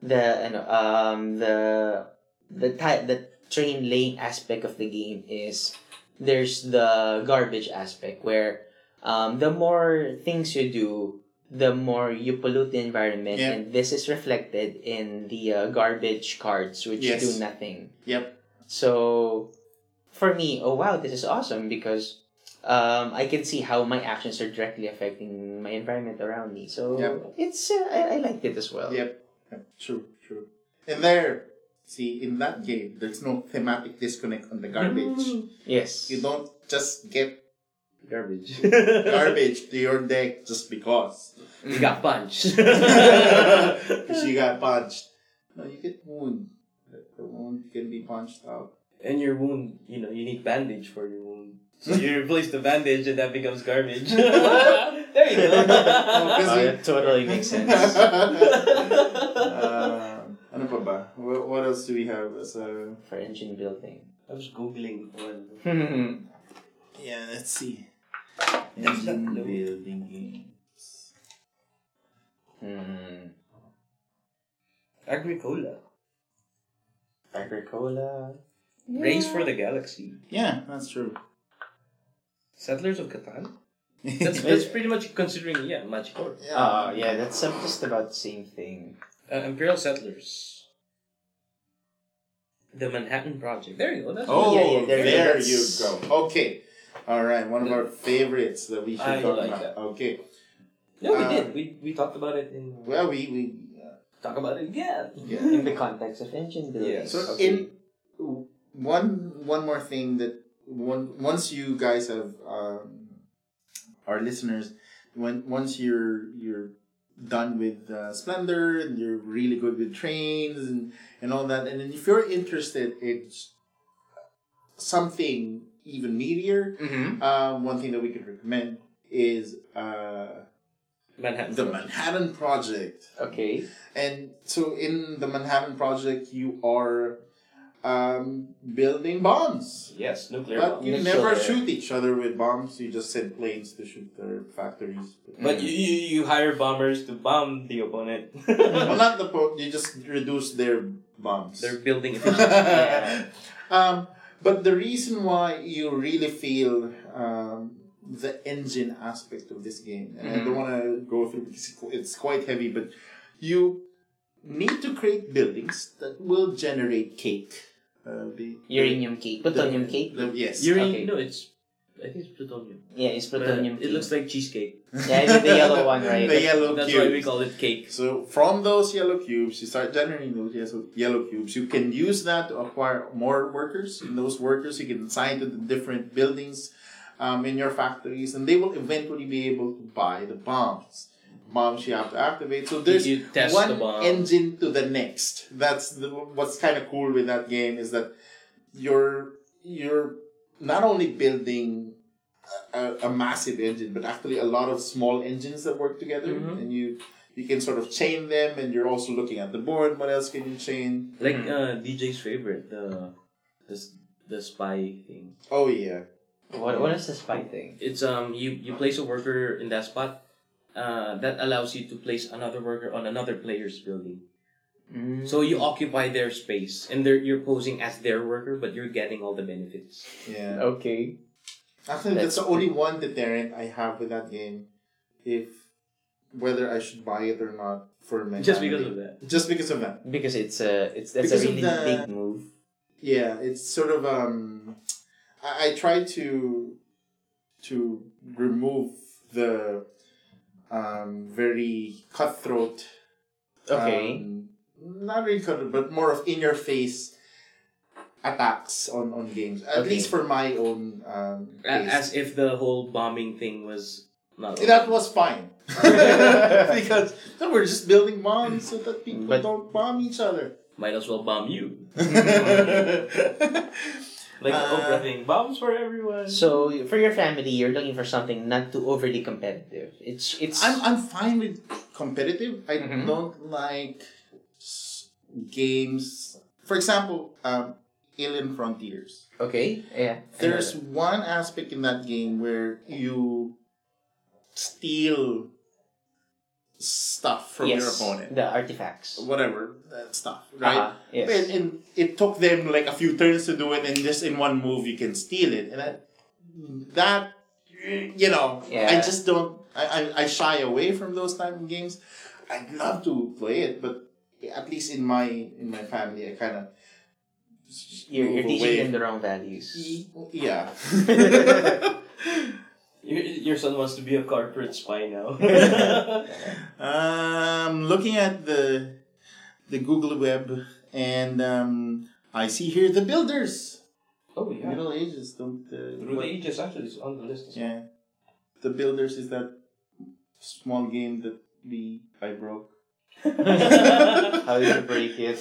[SPEAKER 3] the ano, um, the the ti- the train lane aspect of the game is there's the garbage aspect where um, the more things you do, the more you pollute the environment,
[SPEAKER 2] Yeah.
[SPEAKER 3] and this is reflected in the uh, garbage cards which
[SPEAKER 2] Yes.
[SPEAKER 3] do nothing.
[SPEAKER 2] Yep.
[SPEAKER 3] So, for me, oh wow, this is awesome because um, I can see how my actions are directly affecting my environment around me. So
[SPEAKER 2] Yep.
[SPEAKER 3] it's uh, I, I liked it as well.
[SPEAKER 2] Yep. Yep. True. True. And there, see, in that game, there's no thematic disconnect on the garbage.
[SPEAKER 3] Yes.
[SPEAKER 2] You don't just get
[SPEAKER 1] Garbage. [LAUGHS]
[SPEAKER 2] garbage to your deck just because
[SPEAKER 3] Mm.
[SPEAKER 1] you got
[SPEAKER 3] [LAUGHS]
[SPEAKER 1] punched.
[SPEAKER 2] because you got punched. No, you get wound. The- The wound can be punched out.
[SPEAKER 1] and your wound, you know, you need bandage for your wound. So you replace the bandage and that becomes garbage. there you
[SPEAKER 3] [LAUGHS]
[SPEAKER 1] go.
[SPEAKER 2] Because
[SPEAKER 3] Oh,
[SPEAKER 2] you-
[SPEAKER 3] that totally makes sense.
[SPEAKER 2] Um, ano pa ba? Wha- What else do we have as a
[SPEAKER 3] [LAUGHS] For engine building. [LAUGHS]
[SPEAKER 1] I
[SPEAKER 3] Hmm.
[SPEAKER 1] was googling. Well,
[SPEAKER 2] Yeah, let's see.
[SPEAKER 1] That's
[SPEAKER 2] Engine
[SPEAKER 1] not low.
[SPEAKER 2] building games.
[SPEAKER 3] Hmm.
[SPEAKER 1] Agricola.
[SPEAKER 3] Agricola.
[SPEAKER 1] Race for the Galaxy.
[SPEAKER 2] Yeah, that's true.
[SPEAKER 1] Settlers of Catan.
[SPEAKER 2] [LAUGHS]
[SPEAKER 1] That's,
[SPEAKER 2] yeah.
[SPEAKER 1] that's pretty much considering, yeah, Magic Order.
[SPEAKER 3] Oh yeah, that's uh, just about the same thing.
[SPEAKER 1] Uh, Imperial Settlers. The Manhattan Project. There you go. That's
[SPEAKER 2] Oh,
[SPEAKER 3] Yeah, yeah,
[SPEAKER 2] there,
[SPEAKER 3] there-
[SPEAKER 2] you
[SPEAKER 3] that's-
[SPEAKER 2] go. Okay. All right, one of our favorites that we should
[SPEAKER 1] I
[SPEAKER 2] talk
[SPEAKER 1] like
[SPEAKER 2] about.
[SPEAKER 1] that.
[SPEAKER 2] Okay.
[SPEAKER 1] No, we
[SPEAKER 2] Uh,
[SPEAKER 1] did. We, we talked about it in.
[SPEAKER 2] Well, we we uh,
[SPEAKER 1] Talk about it again.
[SPEAKER 2] yeah.
[SPEAKER 3] In the context of engine
[SPEAKER 1] Yeah,
[SPEAKER 3] building.
[SPEAKER 2] So in one one more thing that one once you guys have um, our listeners when once you're you're done with uh, Splendor and you're really good with trains and and all that and then if you're interested in s- something even meatier,
[SPEAKER 3] Mm-hmm.
[SPEAKER 2] um, one thing that we could recommend is uh,
[SPEAKER 1] Manhattan.
[SPEAKER 2] the Manhattan Project.
[SPEAKER 3] Okay.
[SPEAKER 2] And so in the Manhattan Project, you are um, building bombs.
[SPEAKER 1] Yes, nuclear
[SPEAKER 2] But
[SPEAKER 1] bomb.
[SPEAKER 2] you
[SPEAKER 3] Missile
[SPEAKER 2] never
[SPEAKER 3] there.
[SPEAKER 2] shoot each other with bombs. You just send planes to shoot their [LAUGHS] factories.
[SPEAKER 1] But you, you, you hire bombers to bomb the opponent.
[SPEAKER 2] [LAUGHS]
[SPEAKER 1] [LAUGHS]
[SPEAKER 2] well, not the po- you just reduce their bombs.
[SPEAKER 1] They're
[SPEAKER 2] [LAUGHS]
[SPEAKER 1] building efficiency.
[SPEAKER 2] um, but the reason why you really feel um, the engine aspect of this game, and I
[SPEAKER 3] Mm-hmm.
[SPEAKER 2] don't want to go through because it's qu- it's quite heavy, but you need to create buildings that will generate cake. Uh, the,
[SPEAKER 3] Uranium cake.
[SPEAKER 2] the-
[SPEAKER 3] Plutonium cake.
[SPEAKER 2] the- yes.
[SPEAKER 1] Uranium?
[SPEAKER 3] Okay.
[SPEAKER 1] No, it's. I think it's plutonium.
[SPEAKER 3] Yeah, it's
[SPEAKER 1] But
[SPEAKER 3] plutonium cake.
[SPEAKER 1] it looks like cheesecake.
[SPEAKER 3] Yeah, the- the yellow one,
[SPEAKER 2] [LAUGHS]
[SPEAKER 3] right?
[SPEAKER 2] The yellow
[SPEAKER 1] That's
[SPEAKER 2] cubes.
[SPEAKER 1] why we call it cake.
[SPEAKER 2] So from those yellow cubes, you start generating those yes- yellow cubes. You can use that to acquire more workers, and those workers you can assign to the different buildings um, in your factories, and they will eventually be able to buy the bombs. Bombs you have to activate. So there's
[SPEAKER 1] you test
[SPEAKER 2] one
[SPEAKER 1] the bomb.
[SPEAKER 2] engine to the next. That's the, what's kind of cool with that game is that you're you're not only building a, a massive engine, but actually a lot of small engines that work together,
[SPEAKER 1] Mm-hmm.
[SPEAKER 2] and you you can sort of chain them, and you're also looking at the board. What else can you chain?
[SPEAKER 1] Like uh, DJ's favorite, the this the spy thing.
[SPEAKER 2] Oh yeah,
[SPEAKER 3] What, what is the spy thing?
[SPEAKER 1] It's um you you place a worker in that spot. Uh, that allows you to place another worker on another player's building.
[SPEAKER 2] Mm.
[SPEAKER 1] So you occupy their space, and they're, you're posing as their worker, but you're getting all the benefits.
[SPEAKER 2] yeah.
[SPEAKER 3] Okay.
[SPEAKER 2] Actually, that's,
[SPEAKER 3] That's
[SPEAKER 2] the only one deterrent I have with that game. If whether I should buy it or not for my
[SPEAKER 1] Just
[SPEAKER 2] family.
[SPEAKER 1] because of that.
[SPEAKER 2] just because of that.
[SPEAKER 3] Because it's a it's that's
[SPEAKER 2] Because
[SPEAKER 3] a
[SPEAKER 2] of
[SPEAKER 3] really
[SPEAKER 2] the-
[SPEAKER 3] big move.
[SPEAKER 2] Yeah, it's sort of um, I, I try to to remove the um very cutthroat.
[SPEAKER 3] Okay.
[SPEAKER 2] um, not really cutthroat, but more of in your face attacks on on games. At
[SPEAKER 3] Okay.
[SPEAKER 2] least for my own um.
[SPEAKER 1] A-
[SPEAKER 2] taste.
[SPEAKER 1] As if the whole bombing thing was not.
[SPEAKER 2] that was
[SPEAKER 3] [LAUGHS]
[SPEAKER 2] fine. because no, we're just building bombs so that people
[SPEAKER 3] But-
[SPEAKER 2] don't bomb each
[SPEAKER 3] [LAUGHS]
[SPEAKER 2] other.
[SPEAKER 1] Might as well bomb you.
[SPEAKER 2] Like
[SPEAKER 1] Like
[SPEAKER 2] the Oprah
[SPEAKER 1] Oprah thing, bombs for everyone.
[SPEAKER 3] So for your family, you're looking for something not too overly competitive. It's it's
[SPEAKER 2] I'm I'm fine with competitive. I
[SPEAKER 3] Mhm.
[SPEAKER 2] don't like s- games. For example, um, Alien Frontiers.
[SPEAKER 3] Okay. Yeah.
[SPEAKER 2] There's one aspect in that game where you steal stuff from your
[SPEAKER 3] yes,
[SPEAKER 2] opponent.
[SPEAKER 3] The artifacts.
[SPEAKER 2] Whatever, that stuff, right?
[SPEAKER 3] Uh-huh, yes.
[SPEAKER 2] And, and it took them like a few turns to do it, and just in one move you can steal it. And I, that, you know, I
[SPEAKER 3] Yeah.
[SPEAKER 2] just don't. I, I, I shy away from those type of games. I'd love to play it, but at least in my in my family, I kind of
[SPEAKER 3] You're, you're
[SPEAKER 2] move
[SPEAKER 3] teaching
[SPEAKER 2] away.
[SPEAKER 3] them the wrong values.
[SPEAKER 2] yeah. [LAUGHS]
[SPEAKER 4] Your, your son wants to be a corporate spy now.
[SPEAKER 2] um, looking at the the Google web, and um, I see here the builders.
[SPEAKER 4] oh
[SPEAKER 2] Middle Ages don't. Uh,
[SPEAKER 4] Through
[SPEAKER 2] what-
[SPEAKER 4] the ages actually is on the list. as well.
[SPEAKER 2] Yeah. The Builders is that small game that we I broke.
[SPEAKER 3] How did you break it?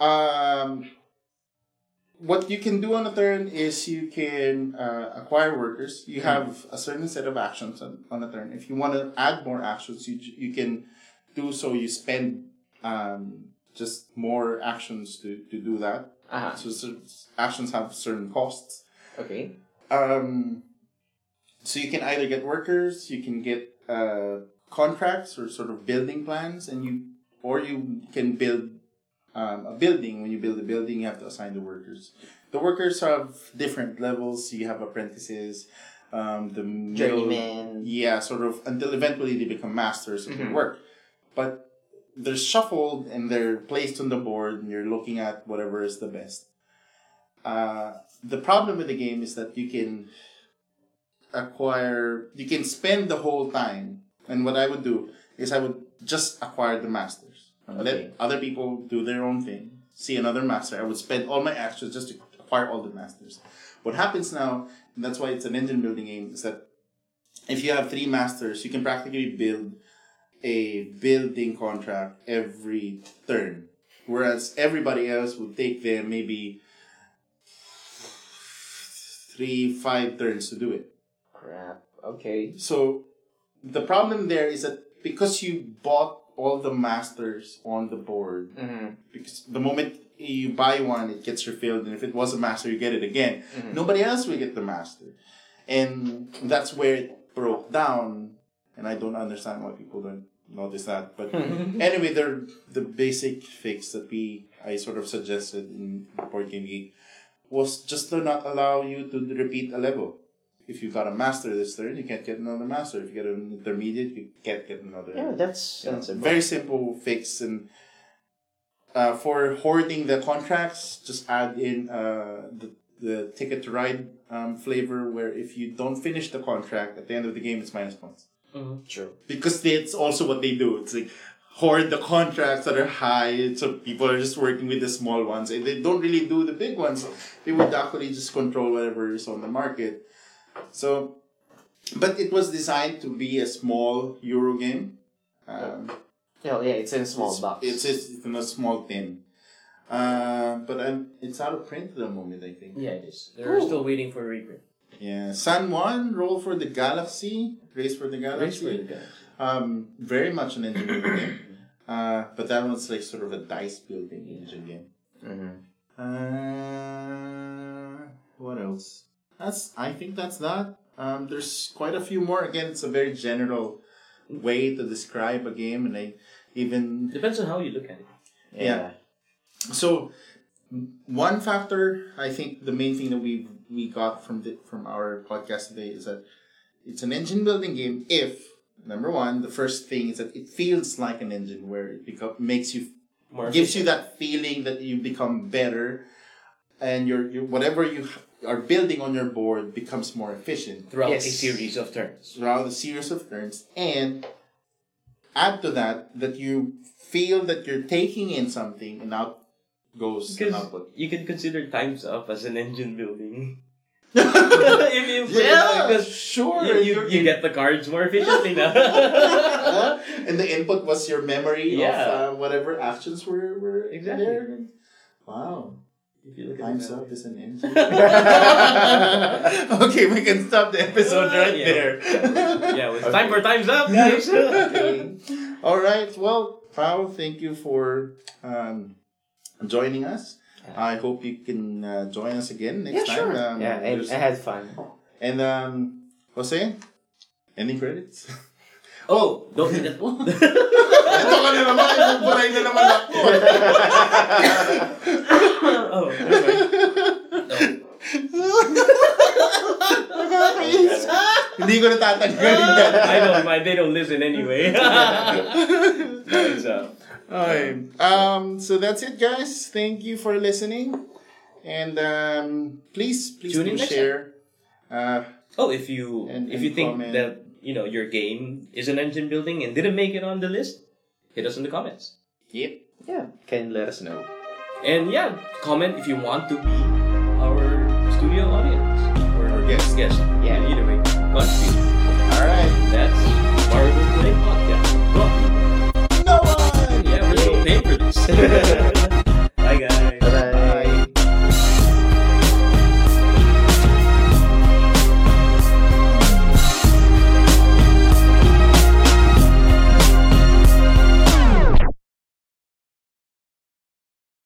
[SPEAKER 2] Um what you can do on a turn is you can uh, acquire workers. You have a certain set of actions on, on a turn. If you want to add more actions, you j- you can do so. You spend um, just more actions to, to do that.
[SPEAKER 3] Ah,
[SPEAKER 2] So, cer- actions have certain costs.
[SPEAKER 3] okay.
[SPEAKER 2] Um, so you can either get workers, you can get uh, contracts or sort of building plans, and you or you can build um, a building. When you build a building, you have to assign the workers. The workers have different levels. You have apprentices, um, the middle-
[SPEAKER 3] Journeyman.
[SPEAKER 2] yeah, sort of until eventually they become masters of their
[SPEAKER 3] Mhm.
[SPEAKER 2] work. But they're shuffled and they're placed on the board, and you're looking at whatever is the best. Uh, the problem with the game is that you can acquire, you can spend the whole time. And what I would do is I would just acquire the masters, let
[SPEAKER 3] Okay.
[SPEAKER 2] other people do their own thing. See another master. I would spend all my actions just to acquire all the masters. What happens now, and that's why it's an engine building game, is that if you have three masters, you can practically build a building contract every turn. Whereas everybody else would take them maybe three, five turns to do it.
[SPEAKER 3] Crap. Okay.
[SPEAKER 2] So the problem there is that because you bought all the masters on the board,
[SPEAKER 3] Mm-hmm.
[SPEAKER 2] because the moment you buy one, it gets refilled, and if it was a master, you get it again. Nobody else will get the master, and that's where it broke down. And I don't understand why people don't notice that. But anyway, they're the basic fix that we I sort of suggested in Board Game Geek was just to not allow you to repeat a level. If you got a master this turn, you can't get another master. If you get an intermediate, you can't get another.
[SPEAKER 3] Yeah, that's
[SPEAKER 2] Yeah,
[SPEAKER 3] sensible.
[SPEAKER 2] Very simple fix and uh, for hoarding the contracts, just add in uh, the, the ticket to ride um, flavor where if you don't finish the contract at the end of the game, it's minus points.
[SPEAKER 3] true.
[SPEAKER 2] Because that's also what they do. It's like hoard the contracts that are high, so people are just working with the small ones and they don't really do the big ones. They would actually just control whatever is on the market. So, but it was designed to be a small Euro game. Um,
[SPEAKER 3] Hell yeah, it's in a small
[SPEAKER 2] it's,
[SPEAKER 3] box.
[SPEAKER 2] It's just it's in a small tin. Uh, but i it's out of print at the moment, I think.
[SPEAKER 4] Yeah, it is. They're still waiting for a reprint.
[SPEAKER 2] Yeah. San Juan, Roll for the Galaxy, Race for the Galaxy. Um, very much an engineering game. Uh, but that one's like sort of a dice building engine game.
[SPEAKER 3] Mhm.
[SPEAKER 2] Uh, what else? That's I think that's that. Um, there's quite a few more. Again, it's a very general way to describe a game, and I even
[SPEAKER 4] Depends on how you look at it.
[SPEAKER 2] Yeah. So one factor I think the main thing that we we got from the, from our podcast today is that it's an engine building game if number one the first thing is that it feels like an engine where it become, makes you
[SPEAKER 4] More
[SPEAKER 2] gives you that feeling that you become better and your, your whatever you are building on your board becomes more efficient
[SPEAKER 4] throughout
[SPEAKER 3] Yes.
[SPEAKER 4] a series of turns.
[SPEAKER 2] throughout a series of turns and add to that that you feel that you're taking in something and out goes an
[SPEAKER 4] Because
[SPEAKER 2] output.
[SPEAKER 4] you can consider times up as an engine [LAUGHS] building. if you put it like
[SPEAKER 2] yeah,
[SPEAKER 4] this,
[SPEAKER 2] sure.
[SPEAKER 4] you, you,
[SPEAKER 2] you're-
[SPEAKER 4] you get the cards more efficiently now.
[SPEAKER 2] Uh, and the input was your memory
[SPEAKER 4] Yeah.
[SPEAKER 2] of uh, whatever actions were, were
[SPEAKER 4] Exactly.
[SPEAKER 2] there. Wow.
[SPEAKER 4] [LAUGHS] if you look at
[SPEAKER 2] Time's
[SPEAKER 4] it
[SPEAKER 2] up is an engine. [LAUGHS] okay, we can stop the episode right
[SPEAKER 4] Yeah.
[SPEAKER 2] there. [LAUGHS]
[SPEAKER 4] that- yeah, it's
[SPEAKER 2] Okay.
[SPEAKER 4] time for times up. [LAUGHS] guys.
[SPEAKER 2] All right. Well, Pao, thank you for um, joining us. I hope you can uh, join us again next
[SPEAKER 3] Yeah,
[SPEAKER 2] time.
[SPEAKER 3] sure.
[SPEAKER 2] Um,
[SPEAKER 3] yeah, I,
[SPEAKER 2] there's-
[SPEAKER 3] I had fun.
[SPEAKER 2] and um, Jose, ending credits?
[SPEAKER 1] Oh, don't do that one.
[SPEAKER 2] Ito ka na naman, buray na naman ako.
[SPEAKER 4] [LAUGHS] Oh,
[SPEAKER 2] [LAUGHS]
[SPEAKER 4] okay.
[SPEAKER 2] Nakakainis. Hindi ko natatanggalin yan.
[SPEAKER 4] I don't mind. They don't listen
[SPEAKER 2] [LAUGHS]
[SPEAKER 4] anyway. Nice, uh,
[SPEAKER 2] Okay. Um, so that's it, guys. Thank you for listening. And um, please, please do
[SPEAKER 1] Tune in next
[SPEAKER 2] share. Uh,
[SPEAKER 1] Oh, if you
[SPEAKER 2] And- and
[SPEAKER 1] if you think
[SPEAKER 2] comment.
[SPEAKER 1] that you know your game is an engine building and didn't make it on the list, hit us in the comments.
[SPEAKER 2] yep.
[SPEAKER 3] Yeah, can let us know.
[SPEAKER 1] And yeah, comment if you want to be our studio audience or
[SPEAKER 2] Or guest.
[SPEAKER 1] Guest.
[SPEAKER 3] Yeah.
[SPEAKER 1] Either way, contribute.
[SPEAKER 2] All right.
[SPEAKER 1] That's Marvel Play Podcast. Brought to you by-
[SPEAKER 2] No one.
[SPEAKER 1] Yeah, we're so paid for this.